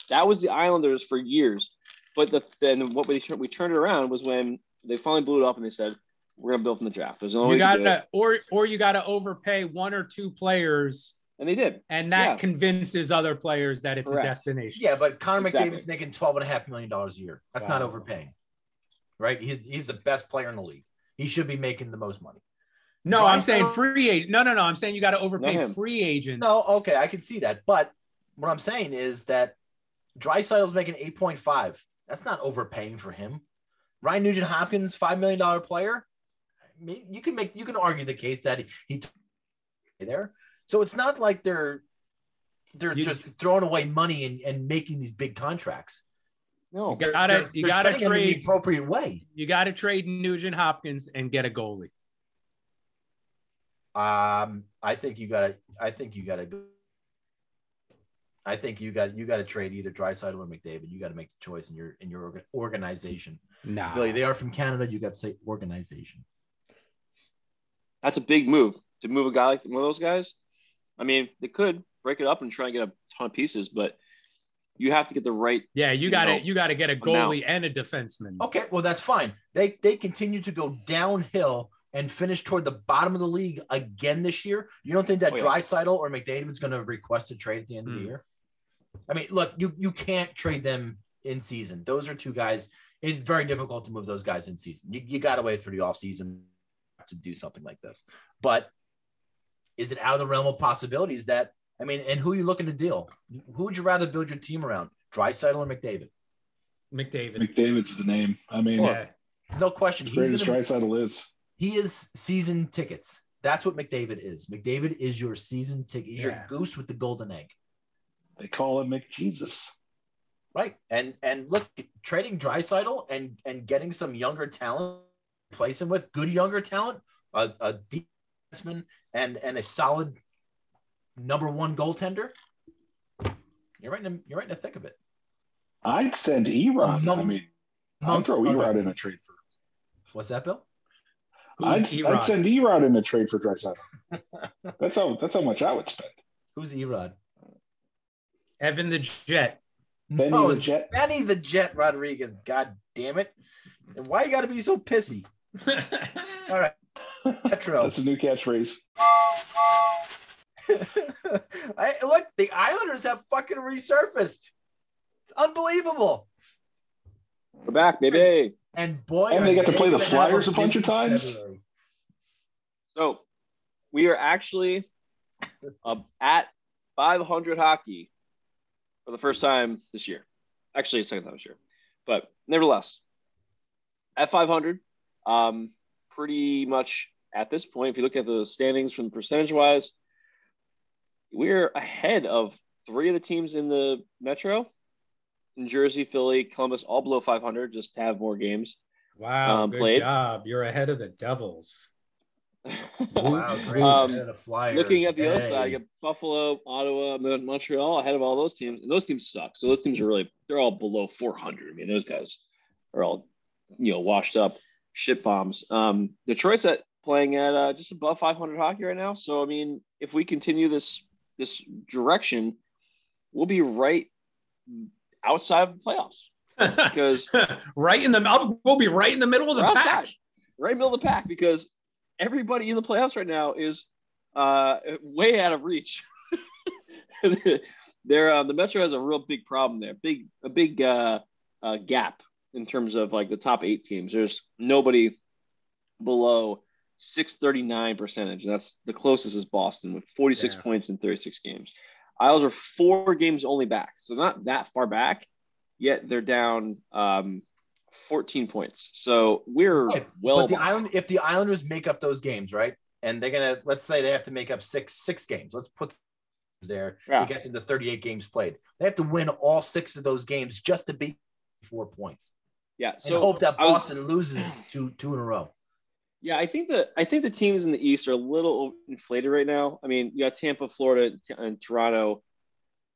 F: That was the Islanders for years. But the, then what we, we turned it around was when they finally blew it up and they said, we're going to build from the draft. There's only
D: You
F: way we
D: got
F: can do it."
D: to, or or you got to overpay one or two players,
F: And they did.
D: and that
F: Yeah.
D: convinces other players that it's
F: Correct.
D: a destination.
C: Yeah, but Connor
F: Exactly.
C: McDavid's making twelve and a half million dollars a year. That's not
D: Wow.
C: overpaying, right? He's he's the best player in the league. He should be making the most money.
D: No, I'm
C: Drysdale-
D: saying free agent. No, no, no. I'm saying you got to
F: Not
D: overpay
F: him.
D: free agents.
C: No, okay, I can see that, but what I'm saying is that Drysaitel's making eight point five. That's not overpaying for him. Ryan Nugent Hopkins, five million dollar player. I mean, You can make you can argue the case that he, he took there. So it's not like they're they're
D: You-
C: just throwing away money and, and making these big contracts.
F: No.
D: you gotta
C: They're-
D: you
C: they're
D: gotta
C: spending them in the
D: trade
C: appropriate way.
D: you gotta trade Nugent Hopkins and get a goalie.
C: Um, I think you gotta. I think you gotta. go- I think you got you got to trade either Dryside or McDavid. You got to make the choice in your in your orga- organization.
D: No,
C: Billy, they are from Canada. You got to say organization.
F: That's a big move to move a guy like one of those guys. I mean, they could break it up and try and get a ton of pieces, but you have to get the right.
D: yeah, you gotta
F: No.
D: you gotta get a
F: Amount.
D: goalie and a defenseman.
C: Okay, well that's fine. They they continue to go downhill and finish toward the bottom of the league again this year. You don't think that
F: Oh, yeah.
C: Drysidle or McDavid is going to request a trade at the end of the
D: Hmm.
C: year? I mean, look, you you can't trade them in season. Those are two guys. It's very difficult to move those guys in season. You, you got to wait through the offseason to do something like this. But is it out of the realm of possibilities that I mean, and who are you looking to deal? Who would you rather build your team around? Drysidle or McDavid?
D: McDavid.
E: McDavid's the name. I mean,
D: Yeah.
C: There's no question.
E: as
C: He's
E: great as
C: gonna-
E: Drysaddle is.
C: he is season tickets. That's what McDavid is. McDavid is your season ticket. He's your
D: Yeah.
C: goose with the golden egg,
E: They call him McJesus.
C: right? And and look, trading Drysital and and getting some younger talent, replace him with good younger talent, a, a deep defenseman, and and a solid number one goaltender. You're right. In the, you're right in the thick of it.
E: I'd send Erod.
C: Num-
E: I mean, I'd throw Erod in a trade for.
C: What's that, Bill?
E: I'd,
D: Who's
E: I'd
D: Erod?
E: send Erod in a trade for Drysdale. that's how that's how much I would spend.
C: Who's Erod?
D: Evan the
C: *laughs*
D: Jet.
E: Benny
C: No,
E: the
C: Oh, it's
E: Jet.
C: Benny the Jet Rodriguez. God damn it! And why you got to be so
E: *laughs*
C: pissy? All right, Petro.
E: That's a new catchphrase.
C: *laughs* I, look, the Islanders have fucking resurfaced. It's unbelievable.
F: We're back, baby.
C: And boy,
E: And they got to play the
C: are they gonna have
E: Flyers a bunch of
C: busy
E: times?
C: February.
F: So we are actually uh, at 500 hockey for the first time this year. Actually, second time this year, but nevertheless, at 500, um, pretty much at this point, if you look at the standings from percentage wise, we're ahead of three of the teams in the Metro. New Jersey, Philly, Columbus, all below 500, just to have more games. *laughs*
D: Wow,
F: Um,
D: good
F: played.
D: job. You're ahead of the Devils.
C: Wow, great
F: Um,
C: ahead of the Flyers.
F: Looking at the other
C: Hey.
F: side, you got Buffalo, Ottawa, Mon- Montreal ahead of all those teams, and those teams suck. So those teams are really they're all below 400. I mean, those guys are all you know washed up shit bombs. Um, Detroit's at playing at uh, just above 500 hockey right now. So I mean, if we continue this this direction, we'll be right outside of the playoffs because
D: *laughs* right in the I'll- we'll be right in the middle of the
F: We're
D: pack.
F: outside. *laughs* right middle of the pack because everybody in the playoffs right now is uh, way out of reach. *laughs* They're, uh, the Metro has a real big problem there, big a big uh, uh, gap in terms of like the top eight teams. There's nobody below 639 percentage. That's the closest is Boston with 46
D: Yeah.
F: points in 36 games. Isles are four games only back, so not that far back. Yet they're down um, 14 points. So we're
C: Right,
F: well.
C: Oh, but the island if the Islanders make up those games, right? And they're gonna let's say they have to make up six six games. Let's put there
F: Yeah.
C: to get to the 38 games played. They have to win all six of those games just to beat four points.
F: yeah.
C: And
F: So
C: hope that
F: I was-
C: Boston loses two two in a row.
F: Yeah, I think the I think the teams in the East are a little inflated right now. I mean, you got Tampa, Florida, T- and Toronto,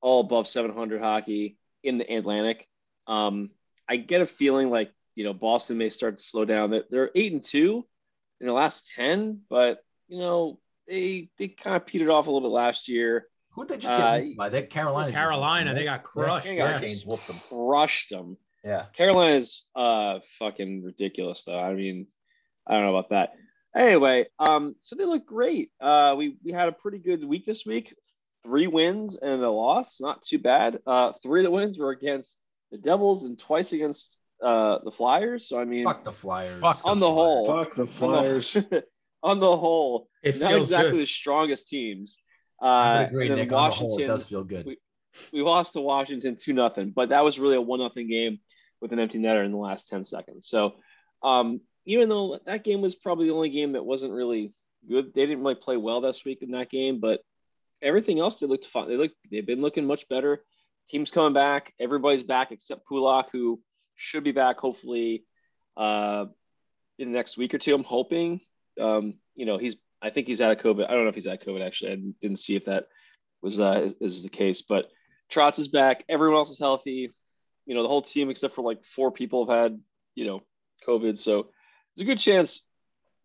F: all above 700 hockey in the Atlantic. Um, I get a feeling like you know Boston may start to slow down. That they're eight and two in the last ten, but you know they they kind of petered off a little bit last year.
C: Who'd they just get
F: Uh,
C: beat by that Carolina?
D: Carolina, they got crushed.
F: They
D: yes.
F: got
C: Hurricanes whooped them.
F: Crushed them.
C: Yeah.
F: Carolina's uh fucking ridiculous though. I mean, I don't know about that. Anyway, um, so they look great. Uh, we we had a pretty good week this week. Three wins and a loss, not too bad. Uh, three of the wins were against the Devils and twice against uh the Flyers. So I mean,
C: Fuck the Flyers.
D: Fuck
F: on the whole,
E: Fuck the
F: on the-
E: Flyers.
F: *laughs* on the whole,
D: It
F: not
D: feels
F: exactly
D: good.
F: the strongest teams.
C: I would
F: Uh,
C: agree,
F: and then
C: Nick. On the whole, it
F: Washington
C: does feel good.
F: we lost to Washington two nothing, but that was really a one nothing game with an empty netter in the last ten seconds. So um, even though that game was probably the only game that wasn't really good, they didn't really play well this week in that game. But everything else, they looked fine. They looked they've been looking much better. Team's coming back. Everybody's back except Pulak, who should be back hopefully uh, in the next week or two. I'm hoping. Um, you know, he's I think he's out of COVID. I don't know if he's out of COVID actually. I didn't see if that was uh, is, is the case, but Trotz is back. Everyone else is healthy. You know, the whole team except for like four people have had you know COVID. So there's a good chance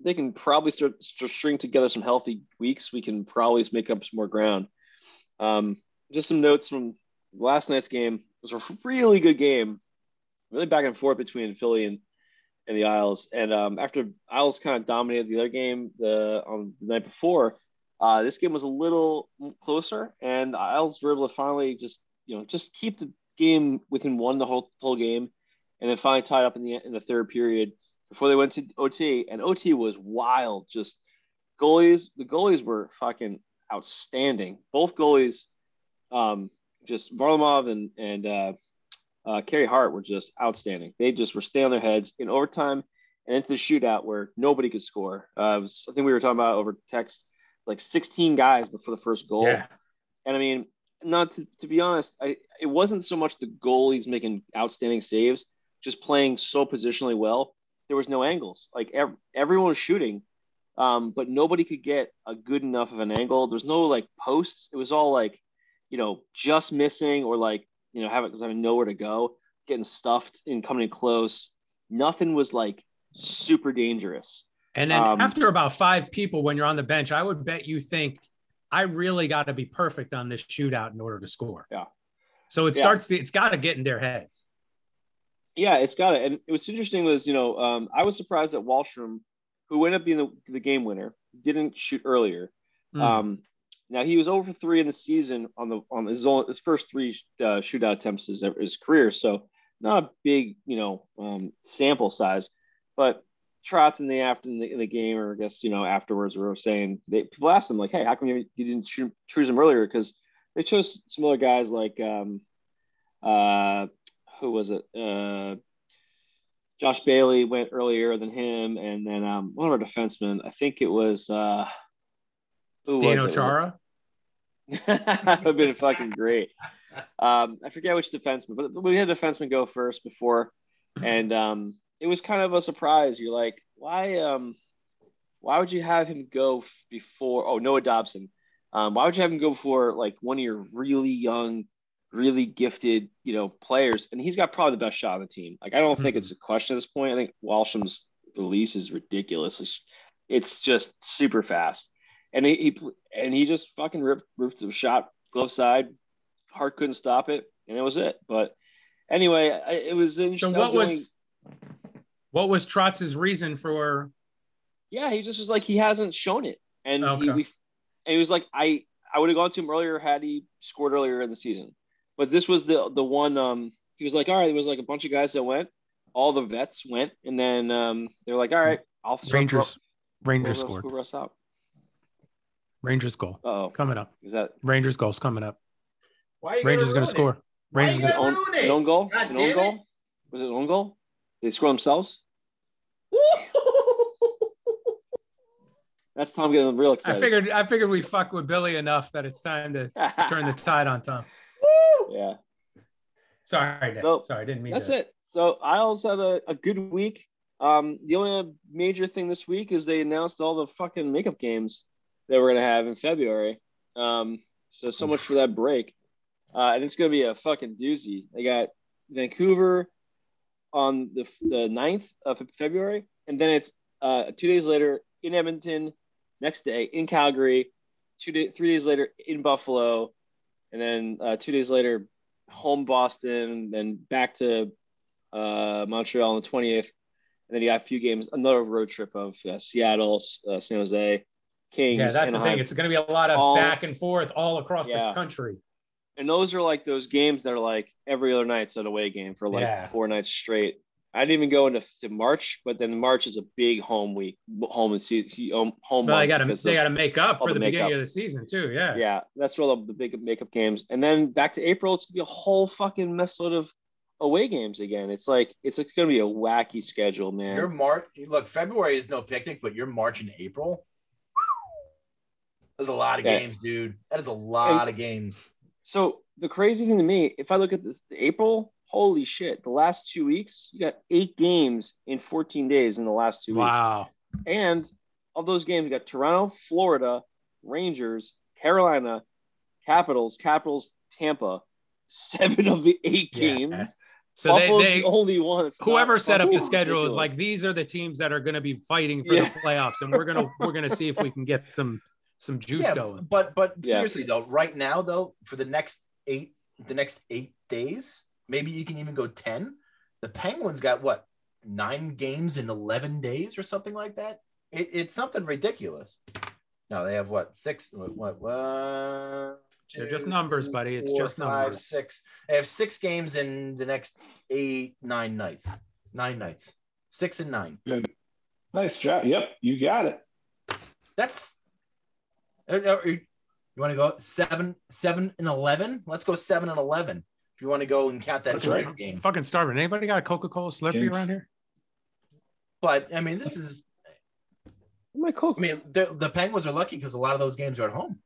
F: they can probably start, start string together some healthy weeks. We can probably make up some more ground. Um, just some notes from last night's game. It was a really good game, really back and forth between Philly and and the Isles. And um, after Isles kind of dominated the other game the on the night before, uh, this game was a little closer, and Isles were able to finally just you know just keep the game within one the whole whole game, and then finally tied up in the in the third period before they went to OT. And OT was wild. Just goalies, the goalies were fucking outstanding. Both goalies, um, just Varlamov and and uh, uh, Carey Hart were just outstanding. They just were staying on their heads in overtime and into the shootout where nobody could score. Uh, it was, I think we were talking about over text, like 16 guys before the first goal.
D: Yeah.
F: And I mean, not to, to be honest, I, it wasn't so much the goalies making outstanding saves, just playing so positionally well. There was no angles. Like ev- everyone was shooting, um, but nobody could get a good enough of an angle. There's no like posts. It was all like, you know, just missing or like, you know, having because having nowhere to go, getting stuffed and coming in close. Nothing was like super dangerous.
D: And then
F: Um,
D: after about five people, when you're on the bench, I would bet you think, I really got to be perfect on this shootout in order to score.
F: Yeah.
D: So it
F: Yeah.
D: starts, to, it's got to get in their heads.
F: Yeah, it's got it. And what's interesting was, you know, um, I was surprised that Wallstrom, who ended up being the, the game winner, didn't shoot earlier.
D: Mm.
F: Um, now he was over three in the season on the on his only, his first three uh, shootout attempts his, his career, so not a big you know um, sample size. But Trots in the after in the, in the game, or I guess you know afterwards, we were saying they people asked him like, "Hey, how come you, you didn't shoot, choose him earlier?" Because they chose some other guys like um, uh, who was it? Uh, Josh Bailey went earlier than him, and then um, one of our defensemen, I think it was. Uh, who was it?
D: Dano
F: Was it-
D: Chara.
F: *laughs* that would have been fucking great. Um, I forget which defenseman, but we had a defenseman go first before,
D: *laughs*
F: and um, it was kind of a surprise. You're like, why? Um, why would you have him go f- before? Oh, Noah Dobson. Um, why would you have him go before like one of your really young, really gifted, you know, players? And he's got probably the best shot on the team. Like, I don't think it's a question at this point. I think Walsham's release is ridiculous. It's, it's just super fast, and he, he pl- and he just fucking ripped ripped the shot glove side. Hart couldn't stop it, and that was it. But anyway, I, it was
D: So
F: interesting. I
D: what
F: was only-
D: was, what was Trotz's reason for,
F: Yeah, he just was like he hasn't shown it, and he
D: Okay.
F: we, and he was like I I would have gone to him earlier had he scored earlier in the season, but this was the the one um he was like all right there was like a bunch of guys that went, all the vets went, and then um they're like all right I'll start throw-
D: Rangers, Rangers
F: whoever-
D: scored.
F: whoever else out.
D: Rangers goal
F: Oh,
D: coming up.
F: is that
D: Rangers goal's coming up.
C: Why are you
D: Rangers
C: going
D: going
C: to
D: to score.
C: Why
D: Rangers
C: you
D: gonna,
C: gotta-
F: own,
C: ruined it.
F: an own goal?
C: God
F: an
C: damn
F: own
C: it.
F: goal? Was it an own goal? They score themselves. *laughs* That's Tom getting real excited.
D: I
F: *laughs*
D: figured, I figured we fuck with Billy enough that it's time to turn
F: *laughs*
D: the tide on Tom.
F: yeah.
D: Sorry, Dad.
F: So,
D: sorry, I didn't mean
F: That's
D: to.
F: it. So I also had a, a good week. Um, the only major thing this week is they announced all the fucking makeup games that we're gonna have in February. Um, so so much for that break. Uh, and it's gonna be a fucking doozy. They got Vancouver on the, f- the 9th of February, and then it's uh, two days later in Edmonton, next day in Calgary, two day, three days later in Buffalo, and then uh, two days later home Boston, then back to uh, Montreal on the 28th. And then you got a few games, another road trip of uh, Seattle, uh, San Jose, Kings.
D: Yeah, that's the
F: Anaheim.
D: thing. It's going to be a lot of
F: All-
D: back and forth all across
F: Yeah.
D: the country.
F: and those are like those games that are like every other night's an away game for like
D: Yeah.
F: four nights straight. I didn't even go into to March, but then March is a big home week, home and see home. home
D: Well, they
F: month
D: got to
F: because
D: they
F: of-
D: got to make up
F: all
D: for
F: the
D: the beginning
F: makeup.
D: of the season too. Yeah.
F: *laughs* yeah, that's where all the big makeup games. And then back to April, it's gonna be a whole fucking messload of away games again. It's like it's gonna be a wacky schedule, man.
C: Your March, look, February is no picnic, but your March and April, there's a lot of
F: Yeah.
C: games, dude. That is a lot of games.
F: So the crazy thing to me, if I look at this April, holy shit, the last two weeks, you got eight games in 14 days in the last two weeks.
D: Wow.
F: And of those games, you got Toronto, Florida, Rangers, Carolina, Capitals, Capitals, Tampa. *laughs* Seven of the eight
D: Yeah.
F: games.
D: So they,
F: Buffalo's
D: they
F: the only one. that's not
D: whoever set up the
F: fucking
D: schedule is like
F: ridiculous.
D: these are the teams that are going to be fighting for
F: Yeah.
D: the playoffs, and we're gonna we're gonna see if we can get some some juice
C: yeah,
D: going.
C: but but
F: Yeah.
C: seriously though, right now though, for the next eight, the next eight days, maybe you can even go ten. The Penguins got what nine games in eleven days or something like that. It, it's something ridiculous. No, they have what six? What? what one,
D: They're just
C: two,
D: numbers, buddy. It's
C: four,
D: just
C: five,
D: numbers.
C: six. They have six games in the next eight, nine nights. Nine nights. Six and nine.
E: Good. Nice job. Yep, you got it.
C: That's. uh, uh, You want to go seven, seven and eleven? Let's go seven and eleven. If you want to go and count that
E: That's
C: Kings
E: right.
C: game,
D: Fucking starving. Anybody got a Coca Cola Slurpee
E: Kings.
D: around here?
C: But I mean, this is.
F: My
C: I mean, the, the Penguins are lucky because a lot of those games are at home.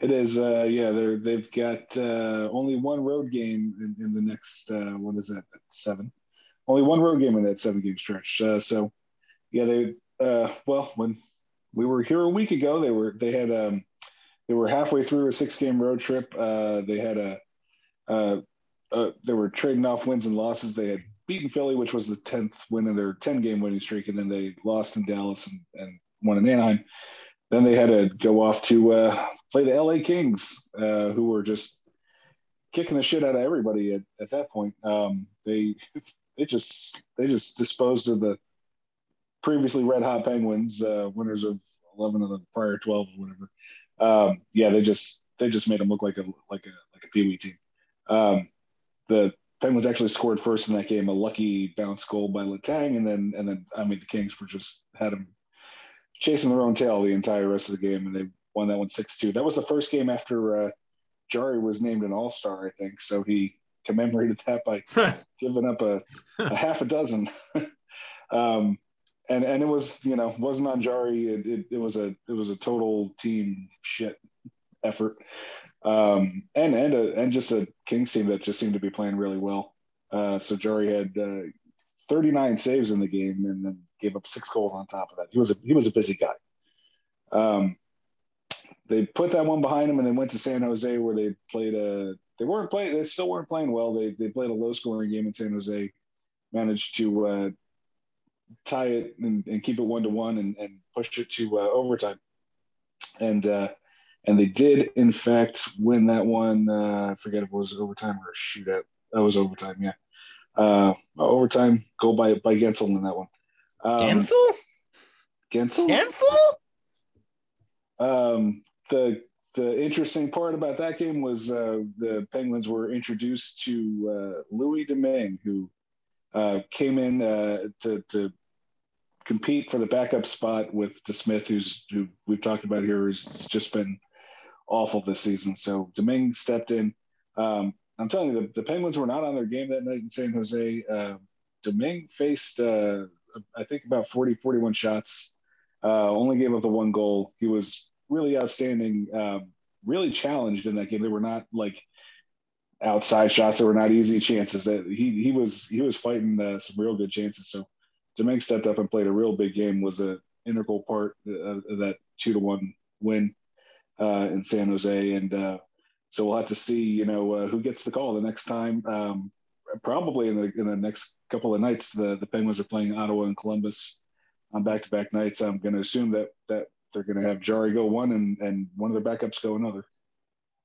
E: It is, uh, yeah. They're they've got uh, only one road game in, in the next. Uh, what is that? That's seven. Only one road game in that seven game stretch. Uh, so, yeah, they. Uh, well, when we were here a week ago, they were they had um, they were halfway through a six game road trip. Uh, they had a. Uh, uh, they were trading off wins and losses. They had beaten Philly, which was the tenth win in their ten game winning streak, and then they lost in Dallas and, and won in Anaheim then they had to go off to uh, play the LA Kings, uh, who were just kicking the shit out of everybody at, at that point. Um, they *laughs* they just they just disposed of the previously red hot Penguins, uh, winners of eleven of the prior twelve or whatever. Um, yeah, they just they just made them look like a like a like a pee wee team. Um, the Penguins actually scored first in that game, a lucky bounce goal by Letang, and then and then I mean the Kings were just had them chasing their own tail the entire rest of the game, and they won that one six two. That was the first game after uh, Jari was named an All Star, I think. So he commemorated that by
D: *laughs*
E: giving up a, a half a dozen. *laughs* um, and and it was you know wasn't on Jari. It, it, it was a it was a total team shit effort. Um, and and a, and just a Kings team that just seemed to be playing really well. Uh, so Jari had uh, 39 saves in the game and then gave up six goals on top of that. He was a he was a busy guy. Um, they put that one behind him and then went to San Jose where they played a they weren't playing they still weren't playing well. They they played a low scoring game in San Jose, managed to uh, tie it and, and keep it one to one and, and push it to uh, overtime. And uh, and they did in fact win that one. Uh, I forget if it was overtime or a shootout. That was overtime, yeah. Uh, overtime goal by by Gensel in that one. Um,
C: Ansel?
E: Gensel.
C: Ansel?
E: Um, the the interesting part about that game was uh, the Penguins were introduced to uh, Louis Domingue, who uh, came in uh, to to compete for the backup spot with DeSmith, who's who we've talked about here, who's just been awful this season. So Domingue stepped in. Um, I'm telling you, the, the Penguins were not on their game that night in San Jose. Uh, Domingue faced. Uh, I think about 40, 41 shots. Uh, only gave up the one goal. He was really outstanding, uh, really challenged in that game. They were not like outside shots. They were not easy chances. That he he was he was fighting uh, some real good chances. So Domingue stepped up and played a real big game. Was an integral part uh, of, of that two to one win uh, in San Jose. And uh, so we'll have to see, you know, uh, who gets the call the next time. Um, probably in the in the next couple of nights, the the Penguins are playing Ottawa and Columbus on back to back nights. I'm going to assume that that they're going to have Jari go one and and one of their backups go another.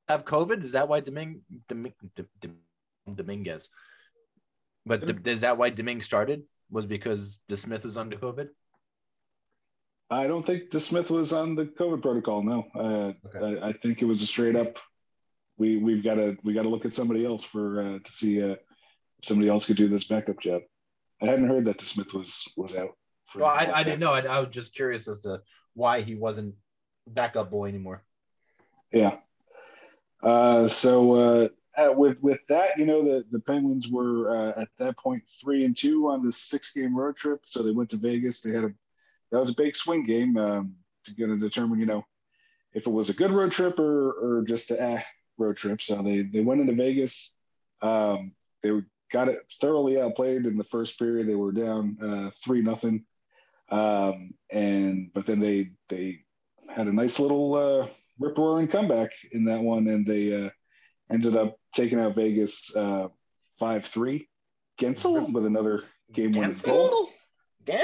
C: Have COVID? Is that why Doming, Doming, Doming, Dominguez? But Dom- is that why Domingue started? Was because the Smith was under COVID?
E: I don't think the Smith was on the COVID protocol. No, uh,
C: Okay.
E: I, I think it was a straight up. We we've got to we got to look at somebody else for uh, to see uh, if somebody else could do this backup job. I hadn't heard that the Smith was was out. for-
C: Well, I, I didn't know. I, I was just curious as to why he wasn't backup boy anymore.
E: Yeah. Uh, so uh, uh, with with that, you know, the the Penguins were uh, at that point three and two on this six game road trip. So they went to Vegas. They had a that was a big swing game um, to going to determine, you know, if it was a good road trip or or just a eh, road trip. So they they went into Vegas. Um, they were- got it thoroughly outplayed in the first period. They were down uh, three nothing, um, and but then they they had a nice little. Uh, rip roaring comeback in that one, and they uh, ended up taking out Vegas uh, five three. Gensel with another game winning goal.
C: Gansel?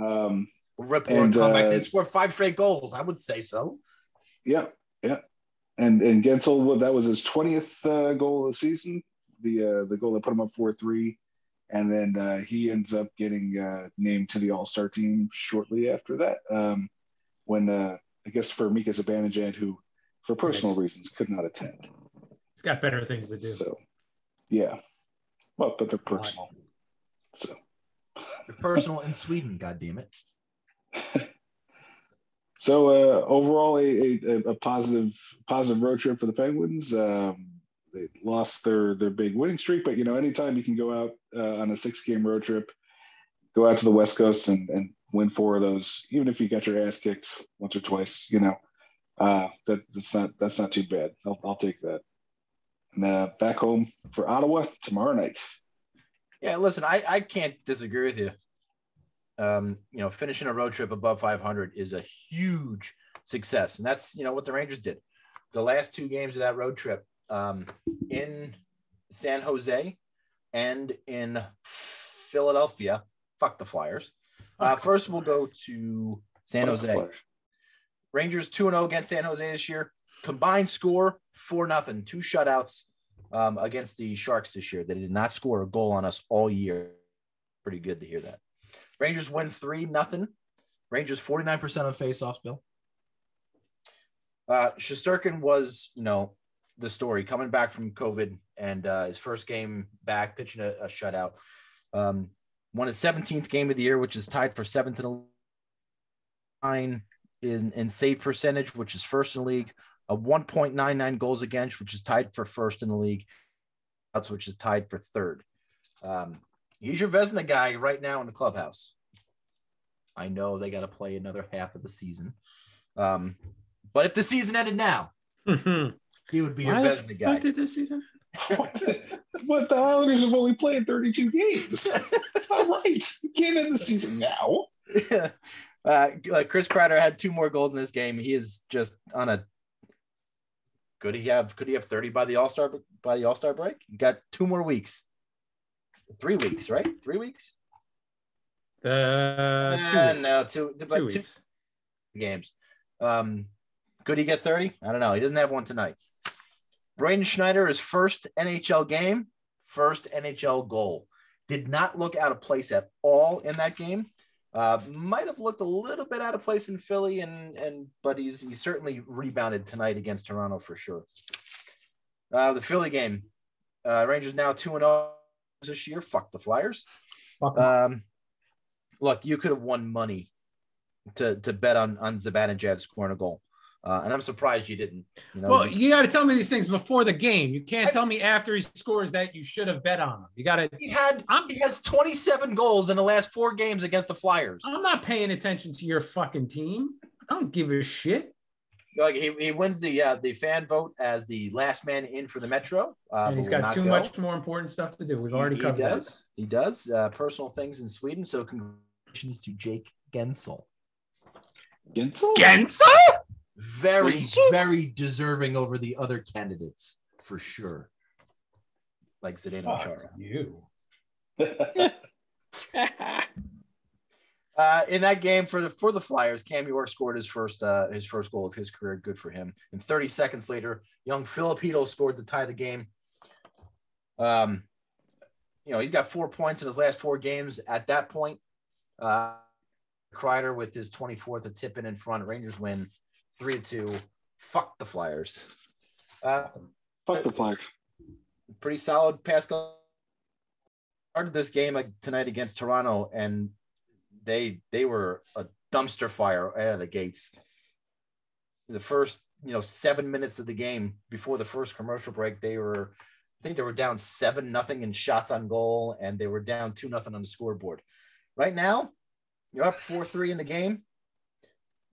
C: Gansel?
E: Um,
C: Rip
E: And,
C: and, comeback.
E: uh,
C: They scored five straight goals. I would say so.
E: yeah, yeah, and and Gensel well, that was his twentieth uh, goal of the season. The uh, the goal that put him up four three, and then uh, he ends up getting uh, named to the All Star team shortly after that. Um, when uh, I guess for Mika Zibanejad, who for personal reasons could not attend.
D: He's got better things to do. *laughs*
E: So, yeah. Well, but they're personal. So,
C: They're Personal in Sweden, God damn it.
E: so uh, overall, a, a, a positive positive road trip for the Penguins. Um, they lost their their big winning streak, but you know, anytime you can go out uh, on a six game road trip go out to the West Coast and, and win four of those, even if you got your ass kicked once or twice, you know, uh, that, that's not that's not too bad. I'll, I'll take that. And uh, back home for Ottawa tomorrow night.
C: Yeah, listen, I, I can't disagree with you. Um, you know, finishing a road trip above 500 is a huge success, and that's you know what the Rangers did. The last two games of that road trip um, in San Jose and in Philadelphia. Fuck the Flyers. Uh, first, we'll go to San
E: Fuck the
C: Jose.
E: Flyers.
C: Rangers 2 0 against San Jose this year. Combined score 4 0, two shutouts um, against the Sharks this year. They did not score a goal on us all year. Pretty good to hear that. Rangers win 3 0. Rangers 49% of faceoffs, Bill. Uh, Shusterkin was, you know, the story coming back from COVID and uh, his first game back pitching a, a shutout. Um, won his 17th game of the year, which is tied for seventh in the line in, in save percentage, which is first in the league, a 1.99 goals against, which is tied for first in the league, that's which is tied for third. Um, he's your Vesna guy right now in the clubhouse. I know they got to play another half of the season. Um, but if the season ended now, he would be your
J: Why the
C: Vesna guy.
J: fuck did this season?
E: what, the, *laughs* what the Islanders have only played 32 games. That's not right. You can't end the season now.
C: uh, *laughs* uh, Chris Kreider had two more goals in this game. He is just on a. Could he have? Could he have thirty by the All Star by the All Star break? You got two more weeks, three weeks, right? Three weeks.
D: The two
C: Uh,
D: weeks.
C: no, two,
D: Two
C: but two
D: weeks.
C: games. Um, could he get thirty? I don't know. He doesn't have one tonight. Braden Schneider his first NHL game, first NHL goal. Did not look out of place at all in that game. Uh, might have looked a little bit out of place in Philly, and and but he's he certainly rebounded tonight against Toronto for sure. Uh, the Philly game, uh, Rangers now two and zero this year. Fuck the Flyers.
D: Fuck 'em.
C: Um, look, you could have won money to to bet on on Zibanejad scoring a goal, uh, and I'm surprised you didn't. You know,
D: Well, you got to tell me these things before the game. You can't
C: I-
D: tell me after he scores that you should have bet on him. You got to.
C: he had
D: I'm
C: he has 27 goals in the last four games against the Flyers.
D: I'm not paying attention to your fucking team. I don't give a shit.
C: Like he, he wins the uh, the fan vote as the last man in for the Metro. Uh,
D: and he's
C: but will
D: got
C: not
D: too
C: go.
D: much more important stuff to do. We've already
C: he
D: covered
C: does.
D: that.
C: He does uh, personal things in Sweden. So congratulations to Jake Gensel.
E: Gensel?
D: Gensel?
C: Very very deserving over the other candidates for sure. Like Zdeno
D: Fuck
C: Chara.
D: you.
C: Uh, in that game for the for the Flyers, Cam York scored his first uh, his first goal of his career. Good for him. And 30 seconds later, young Filipino scored to tie the game. Um, you know he's got four points in his last four games. At that point, uh, Kreider with his 24th, a tip in in front. Rangers win three to two. Fuck the Flyers. Uh,
E: *laughs* Fuck the Flyers.
C: pretty solid Pascal started this game like, tonight against Toronto, and they they were a dumpster fire out of the gates. The first you know seven minutes of the game before the first commercial break, they were I think they were down seven nothing in shots on goal, and they were down two nothing on the scoreboard. Right now, you're up four three in the game.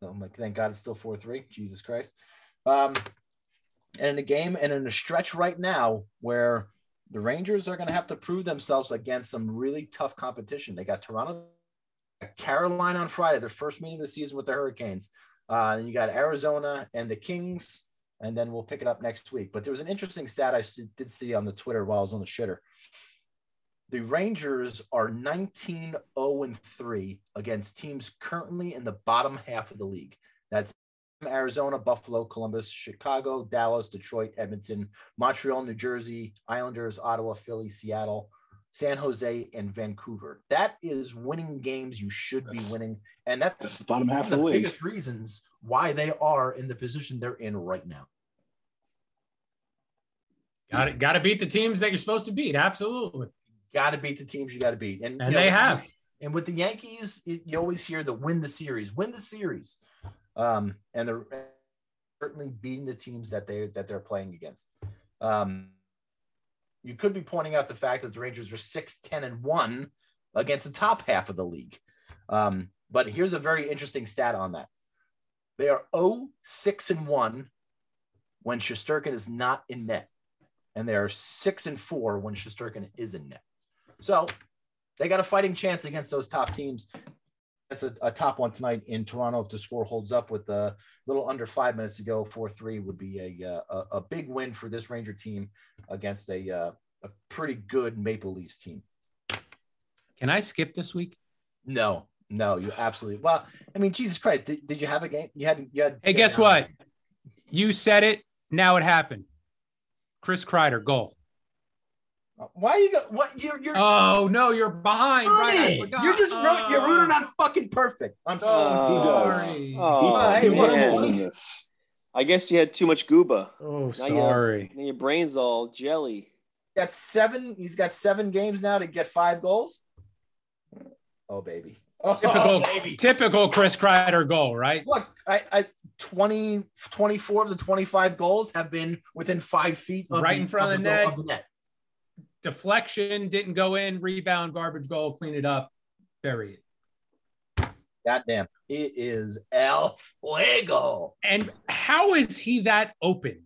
C: Oh my! Thank God it's still four three. Jesus Christ. Um, and in a game and in a stretch right now where the Rangers are going to have to prove themselves against some really tough competition. They got Toronto, Carolina on Friday, their first meeting of the season with the Hurricanes. Uh, and you got Arizona and the Kings, and then we'll pick it up next week. But there was an interesting stat I s- did see on the Twitter while I was on the shitter. The Rangers are 19 0 and 3 against teams currently in the bottom half of the league. That's Arizona, Buffalo, Columbus, Chicago, Dallas, Detroit, Edmonton, Montreal, New Jersey, Islanders, Ottawa, Philly, Seattle, San Jose, and Vancouver. That is winning games you should
E: That's-
C: be winning. And that's,
E: That's the bottom half of
C: the
E: the league.
C: biggest reasons why they are in the position they're in right now.
D: Got to Got to beat the teams that you're supposed to beat. Absolutely.
C: Got to beat the teams you got to beat. And,
D: And
C: you know,
D: they have.
C: And with the Yankees, it, you always hear the win the series, win the series, um, and they're certainly beating the teams that they that they're playing against. Um, you could be pointing out the fact that the Rangers are six, ten, and one against the top half of the league. Um, but here's a very interesting stat on that. They are 0 6 and 1 when Shusterkin is not in net, and they are 6 and 4 when Shusterkin is in net. So they got a fighting chance against those top teams. That's a, a top one tonight in Toronto. If the score holds up with a little under five minutes to go, 4 3 would be a, uh, a, a big win for this Ranger team against a, uh, a pretty good Maple Leafs team.
D: Can I skip this week?
C: No, no, you absolutely. Well, I mean, Jesus Christ, did, did you have a game? You had, you had.
D: Hey, guess what? You said it. Now it happened. Chris Kreider goal.
C: Why you go? What you're? you're
D: Oh no, you're behind. Right, I
C: Hey,
D: forgot. Oh.
C: you're just ru- you're rooting on fucking perfect. I'm
D: So
C: sorry.
E: He does.
D: sorry.
F: Oh,
C: Hey,
E: He
C: look,
F: man.
E: handles in this.
F: I guess you had too much gooba.
D: Oh,
F: Now you-
D: sorry.
F: Now your brain's all jelly.
C: That's seven. He's got seven games now to get five goals. Oh baby. Oh
D: Typical-
C: baby.
D: Typical Chris Kreider goal, right?
C: *laughs* Look, I, I 20, 24 of the 25 goals have been within five feet of
D: Right
C: the,
D: in front of the
C: goal-
D: net.
C: the net.
D: Deflection didn't go in. Rebound, garbage goal. Clean it up. Bury it.
C: Goddamn. He is El Fuego.
D: And how is he that open?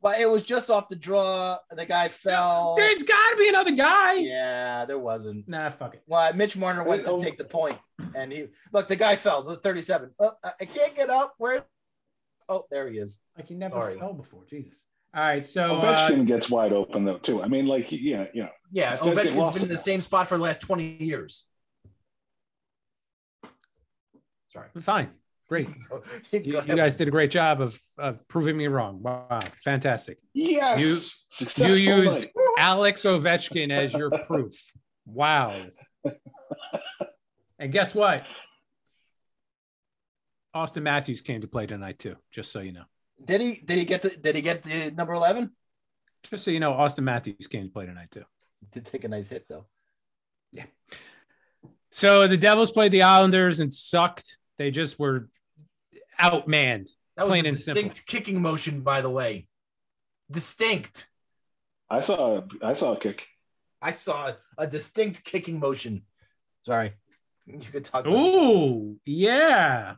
C: Well, it was just off the draw. The guy fell.
D: There's got to be another guy.
C: yeah, there wasn't.
D: Nah, fuck it.
C: Well, Mitch Marner went to
E: Oh.
C: take the point, and he look. The guy fell. The thirty-seven. Oh, I I can't get up. Where? Oh, there he is.
D: Like he never
C: Sorry.
D: fell before. Jesus. All right, *laughs*
C: Oh,
D: so uh,
E: Ovechkin gets wide open though too. I mean, like yeah, you know,
C: Yeah, oh,
E: It's gonna get
C: Ovechkin's
E: lost
C: been in
E: in
C: the
E: that.
C: same spot for the last twenty years. *laughs* Sorry,
D: fine, great.
C: Go
D: You,
C: ahead.
D: you guys did a great job of of proving me wrong. Wow, fantastic.
E: yes,
D: You-
E: successful
D: you used-
E: night.
D: Alex Ovechkin as your proof. Wow. And guess what? Austin Matthews came to play tonight too. Just so you know.
C: Did he? Did he get the? Did he get the number eleven?
D: Just so you know, Austin Matthews came to play tonight too.
C: Did take a nice hit though.
D: So the Devils played the Islanders and sucked. They just were outmanned.
C: That was
D: Plain
C: a
D: and simple.
C: distinct kicking motion, by the way. Distinct.
E: I saw I saw a kick.
C: I saw a distinct kicking motion. Sorry, you could talk. about it.
D: Ooh, yeah.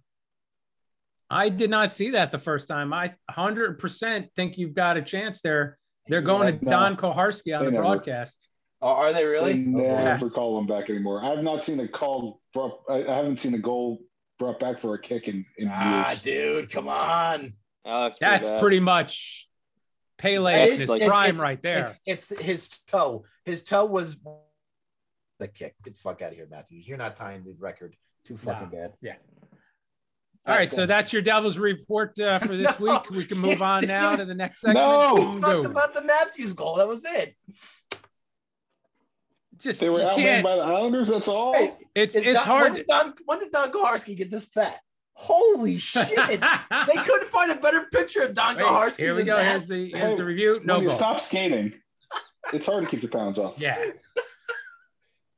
D: I did not see that the first time. I 100% think you've got a chance there. They're going
E: Yeah,
D: to
E: no.
D: Don Koharski on
E: They
D: the
E: never-
D: broadcast.
C: Are, are they really?
E: They
C: Okay.
E: never call him back anymore. I've not seen a call brought. I, I haven't seen a goal brought back for a kick in, in
C: Ah,
E: years.
C: dude, come on.
F: Alex,
D: That's
F: bad.
D: pretty much Pele
C: It
D: in
C: is
D: his
F: like-
D: prime
C: it's-
D: right there.
C: It's it's his toe. His toe was the kick. Get the fuck out of here, Matthews. You're not tying the record. Too fucking bad.
D: yeah. All right, so that's your Devils report
C: *laughs*
D: uh, for this
C: No.
D: week. We can
C: *laughs*
D: move on now to the next segment.
E: No.
C: We
D: Boom,
C: talked
D: boom.
C: about the Matthews goal. That was it.
D: Just
E: They were
D: you
E: outmaneuvered
D: can't.
E: by the Islanders. That's all.
C: Hey,
D: It's
C: is
D: it's
C: Don- When
D: hard.
C: did, Don, when did Don Koharski get this fat?
D: *laughs*
C: Holy shit! they couldn't find a better picture of Don
D: Wait,
C: Koharski.
D: here we
C: than
D: go.
C: that.
D: Here's the here's
E: Hey,
D: the review. No
E: when you
D: goal.
E: stop skating, it's hard to keep the pounds off. *laughs*
D: Yeah.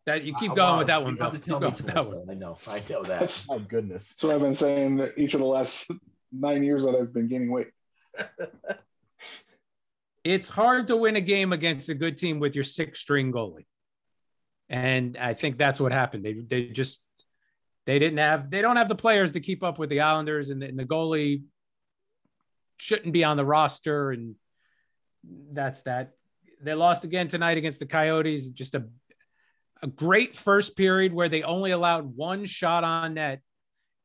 D: That you keep
C: Uh,
D: going
C: wow,
D: with that
C: you
D: one,
C: have
D: Bill.
C: to
D: Keep
C: tell
D: going
C: me
D: with that
C: twice,
D: one.
C: Bill. I know. I know that.
E: That's-
C: My goodness.
E: So I've been saying each of the last nine years that I've been gaining weight.
D: It's hard to win a game against a good team with your six string goalie. And I think that's what happened. They they just they didn't have they don't have the players to keep up with the Islanders and the, and the goalie shouldn't be on the roster and that's that. They lost again tonight against the Coyotes. Just a a great first period where they only allowed one shot on net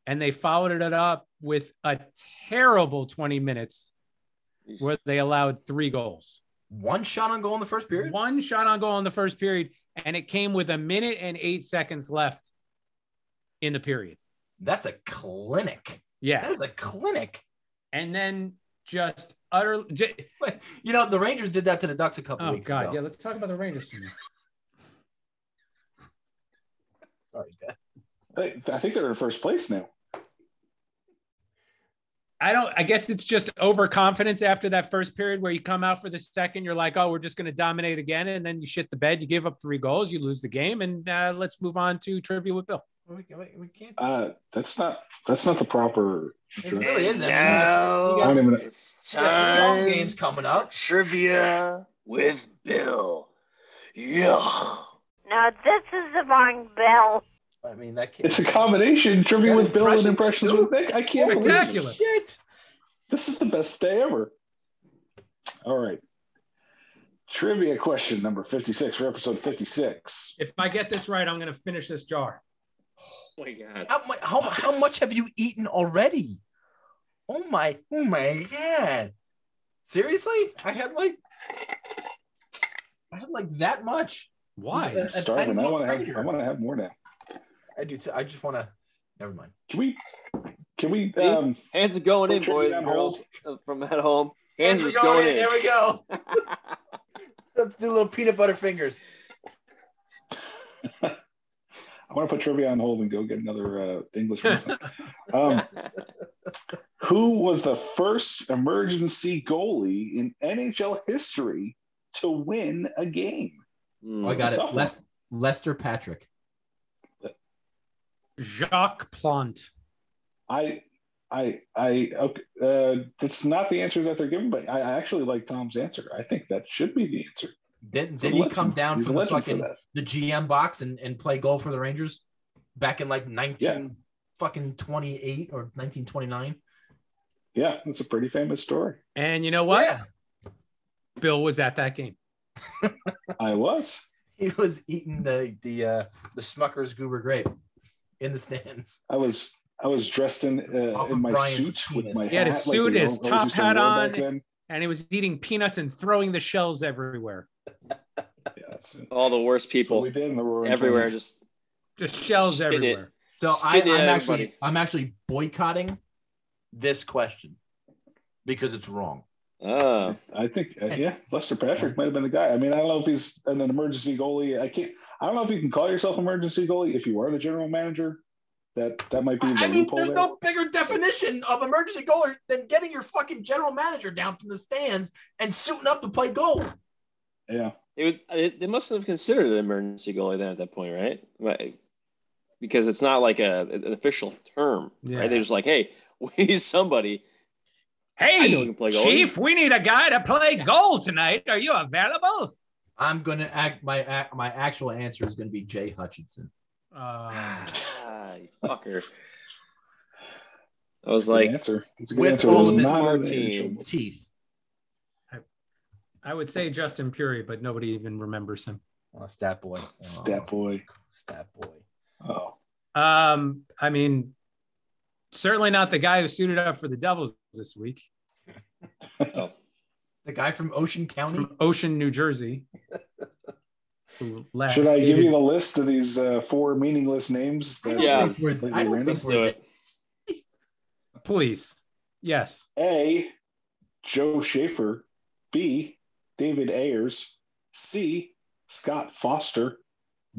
D: and they followed it up with a terrible 20 minutes where they allowed three goals.
C: One shot on goal in the first period.
D: One shot on goal in the first period, and it came with a minute and eight seconds left in the period.
C: That's a clinic. That
D: Yeah.
C: is a clinic.
D: And then just utterly, j-
C: Like, you know, the Rangers did that to the Ducks a couple
D: oh
C: weeks
D: God.
C: ago.
D: Yeah. Let's talk about the Rangers. some more.
C: Sorry, Dad.
E: I, I think they're in first place now.
D: I don't, I guess it's just overconfidence after that first period where you come out for the second, you're like, oh, we're just going to dominate again. And then you shit the bed, you give up three goals, you lose the game. And uh, let's move on to trivia with Bill.
C: We, we- we can't.
E: Uh, that's not that's not the proper.
C: It really isn't.
F: Now
E: Wait a minute.
F: it's
C: We got some home
F: time
C: games coming up.
F: trivia with Bill. Yeah.
K: No, this is the wrong Bill.
C: I mean, that can't.
E: It's a combination trivia
C: That
E: with Bill and
C: impressions
E: impressions
C: too?
E: with Nick. I can't believe
D: Spectacular.
E: this. This is the best day ever. All right. Trivia question number 56 for episode 56.
D: If I get this right, I'm going to finish this jar.
F: Oh my god.
C: How, mu- how, how much have you eaten already? Oh my, oh my god. Seriously? I had like, I had like that much.
D: Why?
E: I'm starving. I want to have I want to have more now.
C: I do, too. I just want to, never mind.
E: Can we can we
F: See?
E: um
F: Hands are going
E: Put
F: in,
E: trivia
F: boys
E: on
F: and girls uh, from at home. Hands,
C: Hands
F: are
C: are
F: just going, in.
C: There we go. *laughs*
F: *laughs*
C: Let's do little peanut butter fingers.
E: I want to put trivia on hold and go get another uh,
C: *laughs*
E: English refund. Um,
F: Hmm.
E: who was the first emergency goalie in NHL history to win a game?
C: Oh,
F: Mm.
L: Oh, I got
E: Tough
L: it.
E: one.
L: Les- Lester Patrick.
D: Jacques Plant.
E: I, I, I. Okay, uh, that's not the answer that they're giving, but I I actually like Tom's answer. I think that should be the answer.
L: Didn't,
E: He's a
L: didn't he
E: legend.
L: come down
E: He's
L: from
E: a
L: the
E: legend for
L: fucking
E: that.
L: the GM box and, and play goal for the Rangers back in like 19 fucking 28 or 1929?
E: Yeah, that's a pretty famous story.
D: And you know what?
L: *laughs*
C: Yeah.
D: Bill was at that game.
E: I was.
C: He was eating the the uh, the Smucker's goober grape in the stands.
E: I was. I was dressed in uh,
L: Off of
E: in my
L: Brian's
E: suit with my
L: penis.
E: hat.
D: He had a
E: like
D: suit,
E: they
D: his
E: always
D: top
E: used to
D: hat
E: wear
D: on.
E: back then.
D: And he was eating peanuts and throwing the shells everywhere.
E: Yeah, that's it.
F: All the worst
E: That's what
F: people
E: we did in the roaring
F: everywhere.
E: 20s.
F: Just
D: Just shells
F: Spit it.
D: everywhere.
L: So I,
F: Spit it
L: I'm
F: out,
L: actually
F: everybody.
L: I'm actually boycotting this question because it's wrong.
F: ah,
E: I think, uh, yeah, Lester Patrick might have been the guy. I mean, I don't know if he's an, an emergency goalie. I can't. I don't know if you can call yourself emergency goalie if you are the general manager. That that might be the
L: I mean,
E: loophole
L: there's
E: there.
L: no bigger definition of emergency goaler than getting your fucking general manager down from the stands and suiting up to play goal.
E: Yeah,
F: it would, it, they must have considered an emergency goalie then at that point, right? Like, because it's not like a an official term,
D: Yeah.
F: right? They're just like, hey, *laughs* we need somebody. I know we
D: Hey,
F: can play goalie.
D: Chief, we need a guy to play goal tonight. Are you available?
L: I'm gonna act my act, my actual answer is gonna be Jay Hutchinson.
D: Uh,
F: Ah, you fucker. I was
E: like
F: like,
E: answer. It's a good
L: With
E: answer. It
L: all
E: was
L: of his
E: not an
F: marketing.
E: angel.
L: Teeth.
D: *sighs* I would say Justin Puri, but nobody even remembers him.
C: Oh, stat boy. Oh,
E: Stat boy.
C: Stat boy.
E: Oh,
D: Um, I mean, certainly not the guy who suited up for the Devils this week
L: The guy from Ocean County.
D: from Ocean, New
F: *laughs*
D: Jersey. who last
E: should I give
D: dated-
E: you the list of these uh, four meaningless names?
L: I
E: That
L: don't
F: Yeah.
L: think we're, I don't
E: Random.
L: think
F: let's do
L: we're
F: it.
D: please? Yes.
E: A. Joe Schaefer. B. David Ayers. C. Scott Foster.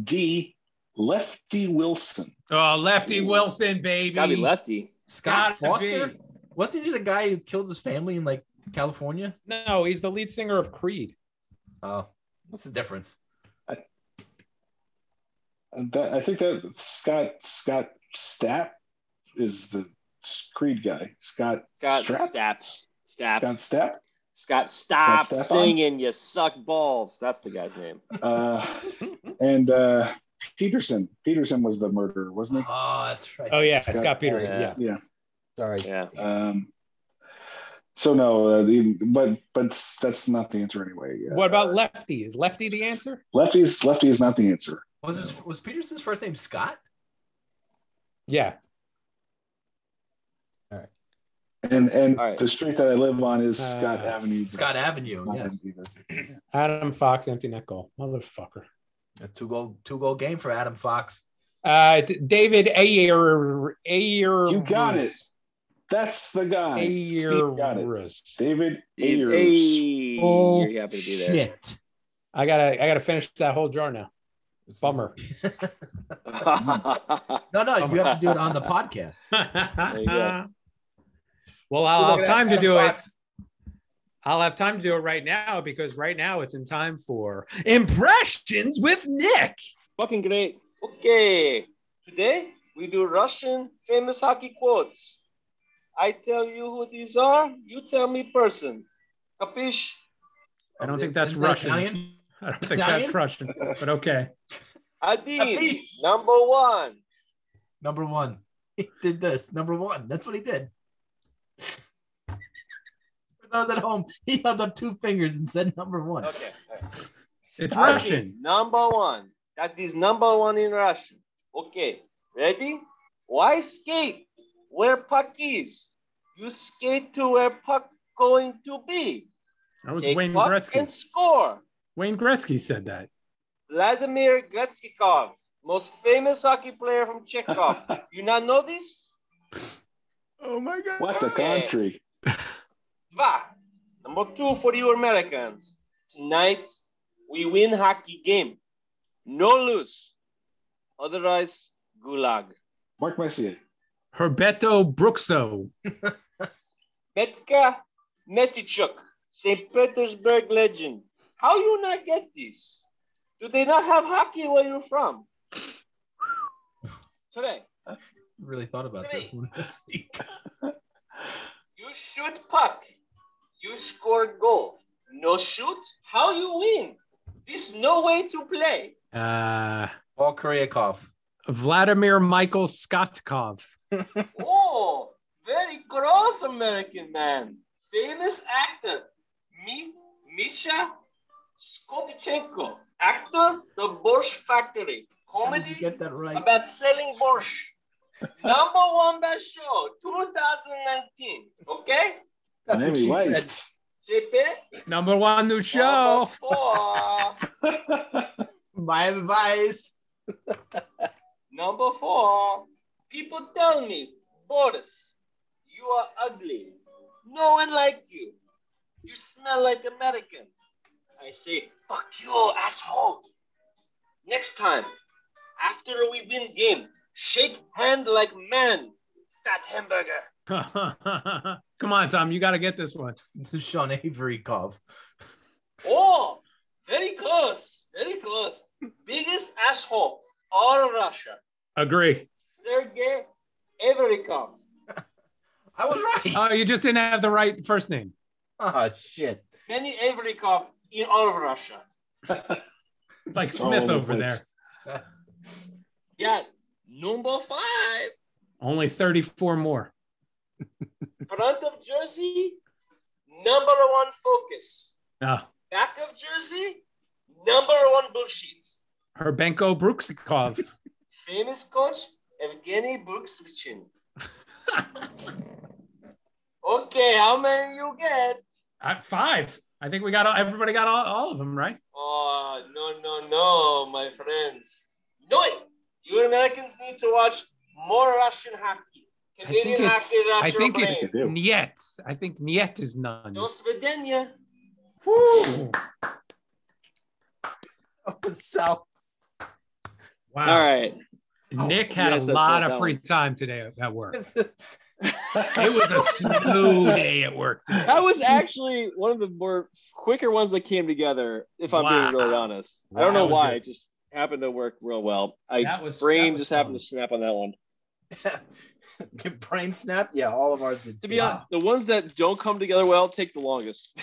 E: D. Lefty Wilson.
D: Oh, Lefty Wilson, baby.
F: Gotta be lefty.
L: Scott
D: Gotta
L: Foster.
D: be.
L: Wasn't he the guy who killed his family in like California?
D: No, he's the lead singer of Creed.
L: Oh, what's the difference?
E: Uh, That, I think that Scott Scott Stapp is the Creed guy. Scott
F: Scott
E: Strap?
F: Stapp. Stapp.
E: Scott
F: *laughs*
E: Stapp.
F: Scott, stop
E: Scott Stapp on?
F: singing. You suck balls. That's the guy's name.
E: Uh, and uh, Peterson. Peterson was the murderer, wasn't
L: Oh, that's right.
F: Uh,
D: Oh yeah,
E: Scott-
D: Scott, Peterson.
F: yeah.
D: Yeah.
E: he? Yeah.
C: Sorry.
F: Yeah.
E: Um, so no, uh, the, but but that's not the answer anyway. Uh,
D: What about Lefty? Is Lefty the answer?
E: lefty's lefty is not the answer.
L: Was his, was Peterson's first name Scott?
D: Yeah.
E: And and
F: All right.
E: the street that I live on is Scott
D: Uh,
E: Avenue.
L: Scott Avenue.
E: It's not
L: Yes.
E: him either.
D: Adam Fox, empty net goal. Motherfucker.
L: A two goal two goal game for Adam Fox.
D: Uh, D- David Ayer. Ayer.
E: You got it. That's the guy. Steve got it.
D: Ayers.
E: David
F: Steve,
E: Ayers.
F: hey,
L: Oh,
F: you're happy to be there.
L: shit.
D: I gotta, I gotta finish that whole jar now. *laughs* Bummer.
F: *laughs* All
L: No, no, you have to do it
F: *laughs*
L: on the podcast.
F: you go.
D: well, I'll have Uh, time to do it. I'll have time to do it right now because right now it's in time for impressions with Nick.
F: Fucking great. Okay. Today we do Russian famous hockey quotes. I tell you who these are, you tell me person. Capish?
D: I don't think that's
L: Isn't that
D: Russian.
L: Italian?
D: I don't think
L: Italian?
D: that's Russian, but okay.
F: Adin, number one.
C: Number one. *laughs* He did this. Number one. That's what he did. *laughs* For those at home, he held up two fingers and said number one.
F: Okay. all right.
D: It's
F: That
D: Russian.
F: is Number one. That is number one in Russian. Okay. Ready? Why skate where puck is? You skate to where puck going to be.
D: That was
F: Take
D: Wayne
F: puck
D: Gretzky.
F: And score.
D: Wayne Gretzky said that.
F: Vladimir Gretzkykov, most famous hockey player from Chekhov. you not know this?
D: Oh my God.
E: What a country.
F: Va. Number two for you Americans. Tonight we win hockey game. No lose. Otherwise, gulag.
E: Mark Messier.
D: Herbeto Bruxo.
F: Metka Mesichuk, St. Petersburg legend. How you not get this? Do they not have hockey where you're from? Today,
C: Really thought about this one.
F: you shoot puck, you score goal. No shoot, how you win? This no way to play.
D: Uh,
M: *laughs* Paul Koryakov.
D: Vladimir Michael Skotkov.
F: Oh, very gross American man. Famous actor, Mi- Misha Skopchenko. Actor, The Borscht Factory. Comedy
C: Get that right.
F: about selling Borscht. Number one best show, 2019. Okay?
E: That's Miami
D: what she
E: Vice.
F: JP?
D: Number one new show.
F: Four.
C: My advice.
F: Number four. People tell me, Boris, you are ugly. No one like you. You smell like American. I say, fuck you, asshole. Next time, after we win game, shake hand like man, fat hamburger.
D: *laughs* Come on, Tom. You got to get this one.
C: This is Sean Avery Kov.
F: Oh, very close, very close. Biggest asshole, all of Russia.
D: Agree.
F: Sergey Everikov.
C: I was right.
D: Oh, you just didn't have the right first name.
M: *laughs* Oh
C: *laughs*
M: shit.
F: Many Everikov in all of Russia.
D: It's like
E: All
D: Smith
E: over the
D: over there.
E: place.
F: Yeah, number five,
D: Only 34 more.
F: front of Jersey, number one focus.
D: No.
F: Back of Jersey, number one bullshit.
D: Herbenko Bruksikov.
F: Famous coach, Evgeny Bruksvichin. okay, how many you get?
D: At Uh, five. I think we got all, everybody got all, all of them, right?
F: Oh, no, no, no, my friends. No, you Americans need to watch more Russian hockey.
D: I think
F: Canadian
D: it's,
F: hockey, Russian
D: I think
F: brain.
D: it's Niet. I think Niet is none.
F: До свидания.
D: Woo.
C: *laughs*
M: So
D: Wow.
I: All right.
D: Nick had
I: Oh, Yes,
D: a
I: that's
D: lot
I: what
D: of
I: that
D: free
I: was.
D: time today at
I: *laughs*
D: work. *laughs* it was a snow day at work.
I: *laughs*
D: Today.
I: That was actually one of the more quicker ones that came together, if I'm being really
D: Wow.
I: honest. I don't
D: Wow.
I: know
D: That was
I: why.
D: good.
I: It just happened to work real well. I
D: That was-
I: brain
D: that was
I: just happened to snap on that one.
M: Your brain snap? Yeah, all of ours did.
I: To be honest, the ones that don't come together well take the longest.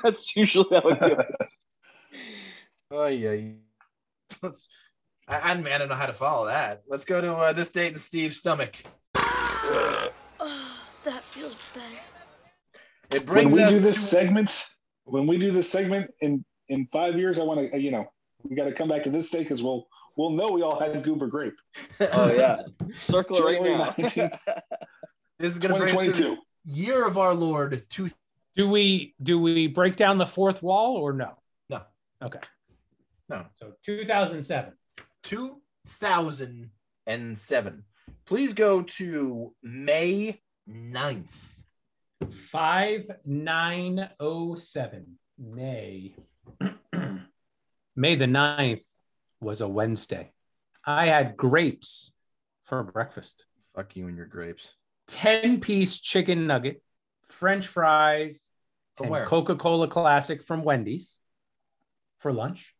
I: *laughs* That's usually how
D: *laughs*
I: it goes.
M: Oh yeah.
C: *laughs* I, I man, I don't know how to follow that.
M: Let's go to uh, this date in Steve's stomach.
N: *sighs* Oh, that feels better.
M: It
E: when
M: brings
E: we
M: us
E: do this
C: *laughs*
E: segment, when we do this segment in in five years, I want to you know we got to come back to this day because we'll we'll know we all had goober grape.
I: Oh
E: *laughs*
I: yeah. Circle it right
E: January
I: now.
E: 19th,
C: This is *laughs* gonna bring us to
E: 2022.
C: the year of our Lord two
D: Do we do we break down the fourth wall or no?
C: No.
D: Okay.
M: No.
D: So 2007.
M: 2007. Please go to May 9th.
D: 5907 oh, May. *clears throat* May the 9th was a Wednesday. I had grapes for breakfast.
M: Fuck you and your grapes.
D: 10 piece chicken nugget, french fries,
C: From
D: and
C: where?
D: Coca Cola Classic from Wendy's for lunch,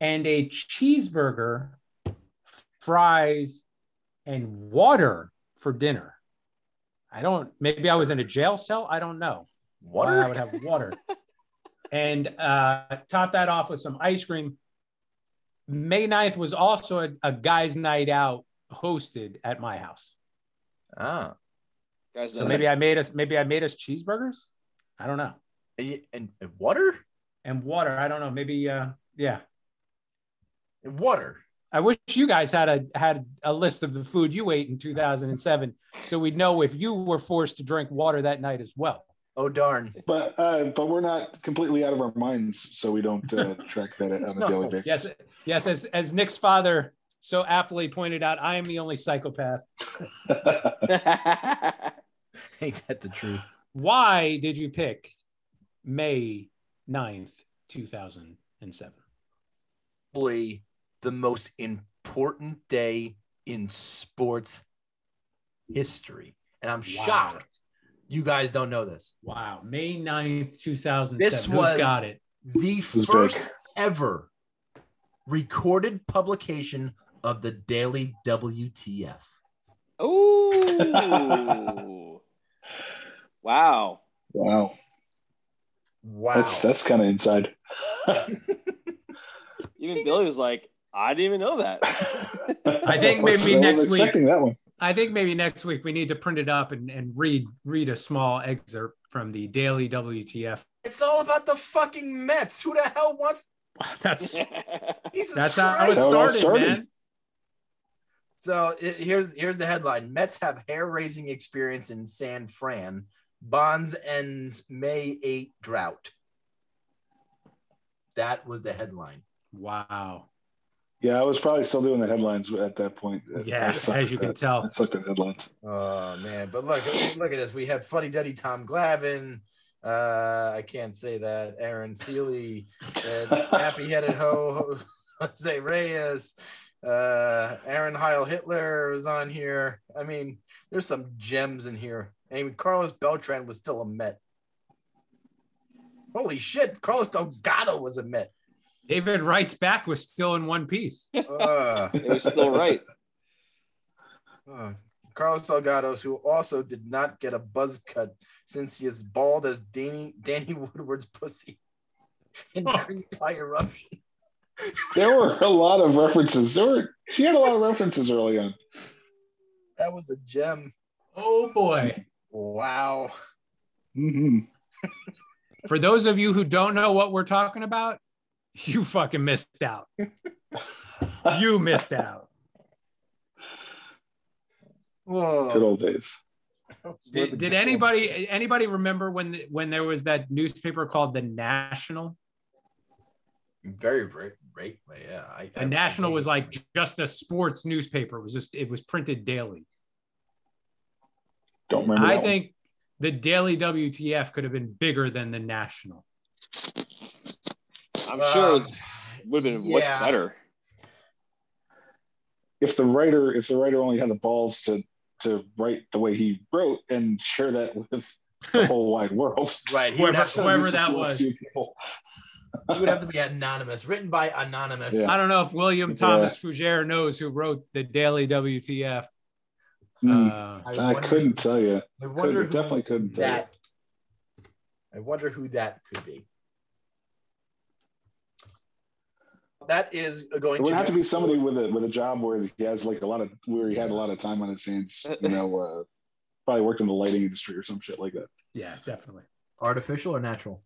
D: and a cheeseburger, fries, and water for dinner. I don't, maybe I was in a jail cell. I don't know
M: What?
D: why I would
C: *laughs*
D: have water. and uh, top that off with some ice cream. May 9th was also a, a guys' night out hosted at my house.
C: Ah.
F: Guys,
D: So maybe I made us maybe I made us cheeseburgers. I don't know.
C: And, and water?
D: And water. I don't know. Maybe uh yeah.
C: And water.
D: I wish you guys had a had a list of the food you ate in 2007 so we'd know if you were forced to drink water that night as well.
C: Oh darn. *laughs*
E: But uh, but we're not completely out of our minds, so we don't uh, track that on a
C: Oh,
E: daily basis.
D: Yes, yes, as as Nick's father so aptly pointed out, I am the only psychopath.
C: Ain't that the truth?
D: Why did you pick May 9th, 2007?
C: Probably the most important day in sports history. And I'm shocked you guys don't know this.
D: Wow. May 9th, 2007.
C: This
D: Who's
C: was
D: got it.
C: the
D: was
C: first
D: big.
C: ever recorded publication of the Daily WTF.
F: Ooh. wow.
E: *laughs* Wow.
C: Wow.
E: That's that's kind of inside.
F: Even Billy was like, I didn't even know that.
I: *laughs*
D: I
E: *laughs*
D: think maybe
E: I wasn't
D: next week.
E: expecting that one.
D: I think maybe next week we need to print it up and, and read read a small excerpt from the Daily WTF.
C: It's all about the fucking Mets. Who the hell wants?
D: *laughs* That's
C: *laughs* Jesus
D: that's how it
C: Christ.
D: started, man.
C: So it, here's here's the headline: Mets have hair-raising experience in San Fran. Bonds ends May 8 drought. That was the headline.
D: Wow.
E: Yeah, I was probably still doing the headlines at that point.
C: Yeah,
E: I sucked
C: as you
E: at
C: can
E: that.
D: tell.
E: I sucked at headlines.
C: Oh man, but look, look at this. We had Funny Duddy Tom Glavin. Uh, I can't say that. Aaron Seeley, and Happy Headed Ho, Ho- Jose Reyes, uh, Aaron Heil Hitler was on here. I mean, there's some gems in here. I mean, Carlos Beltran was still a Met. Holy shit, Carlos Delgado was a Met.
D: David Wright's back was still in
C: *laughs*
D: one piece.
C: Uh,
F: It was still right.
C: Uh, Carlos Delgados, who also did not get a buzz cut since he is bald as Danny Danny *laughs* Woodward's pussy and creeped by eruption.
E: There were a lot of references. There were, she had a lot of references early on.
C: That was a gem.
D: *laughs* Oh boy.
C: Wow.
D: For those of you who don't know what we're talking about, you fucking missed out. you missed out.
C: Whoa.
E: Good old days.
D: Did, did anybody anybody remember when the, when there was that newspaper called the National?
C: Very great, great. Yeah, I,
D: The National was like just a sports newspaper. It was just it was printed daily.
E: Don't remember.
D: I
E: that
D: think the Daily WTF could have been bigger than the National.
F: I'm sure
D: um,
F: it was, would have been
D: Uh, yeah.
F: much better.
E: one. if the writer if the writer only had the balls to to write the way he wrote and share that with the whole wide world.
C: Right, he would
E: Whoever,
C: have to-
E: whoever that was.
C: you would have to be anonymous, written by anonymous.
D: I don't know if William Thomas Fougere knows who wrote the Daily WTF.
E: Hmm.
D: Uh,
E: I, couldn't tell you.
C: I wonder
E: Couldn't-
C: who
E: definitely couldn't tell you.
C: that. I wonder who that could be. That is going
E: It would
C: to
E: have to be somebody with a with a job where he has like a lot of where he had a lot of time on his hands. You know, uh, probably worked in the lighting industry or some shit like that.
D: yeah, definitely.
L: Artificial or natural?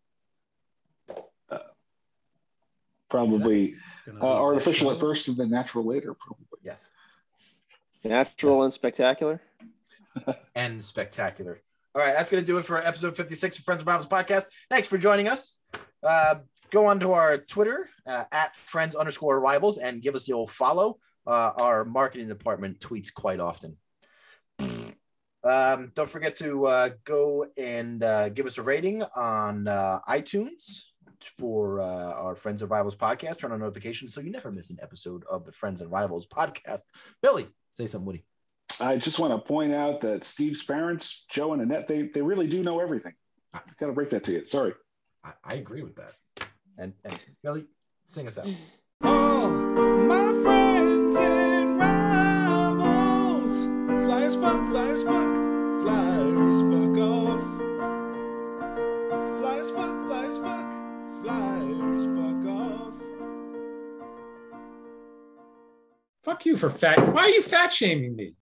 E: Probably
D: gonna lead
E: uh,
D: the
E: artificial at
D: show.
E: first and then natural later. Probably.
C: Yes.
F: Natural and spectacular.
C: *laughs* and spectacular. All right, that's going to do it for episode 56 of Friends of Bibles podcast. Thanks for joining us. Uh, go on to our Twitter uh, at friends underscore rivals and give us the old follow. Uh, our marketing department tweets quite often. *sniffs* Um, don't forget to uh, go and uh, give us a rating on uh, iTunes for uh, our Friends and Rivals podcast. Turn on notifications so you never miss an episode of the Friends and Rivals podcast. Billy, say something, Woody.
E: I just want to point out that Steve's parents, Joe and Annette, they they really do know everything. I've got to break that to you. Sorry.
C: I, I agree with that. And, and Billy, sing us out.
O: My friends and rivals, fly as fuck, fly as fuck, fly as fuck off. Fly as fuck, fly as fuck, fly as fuck off.
D: Fuck you for fat. Why are you fat shaming me?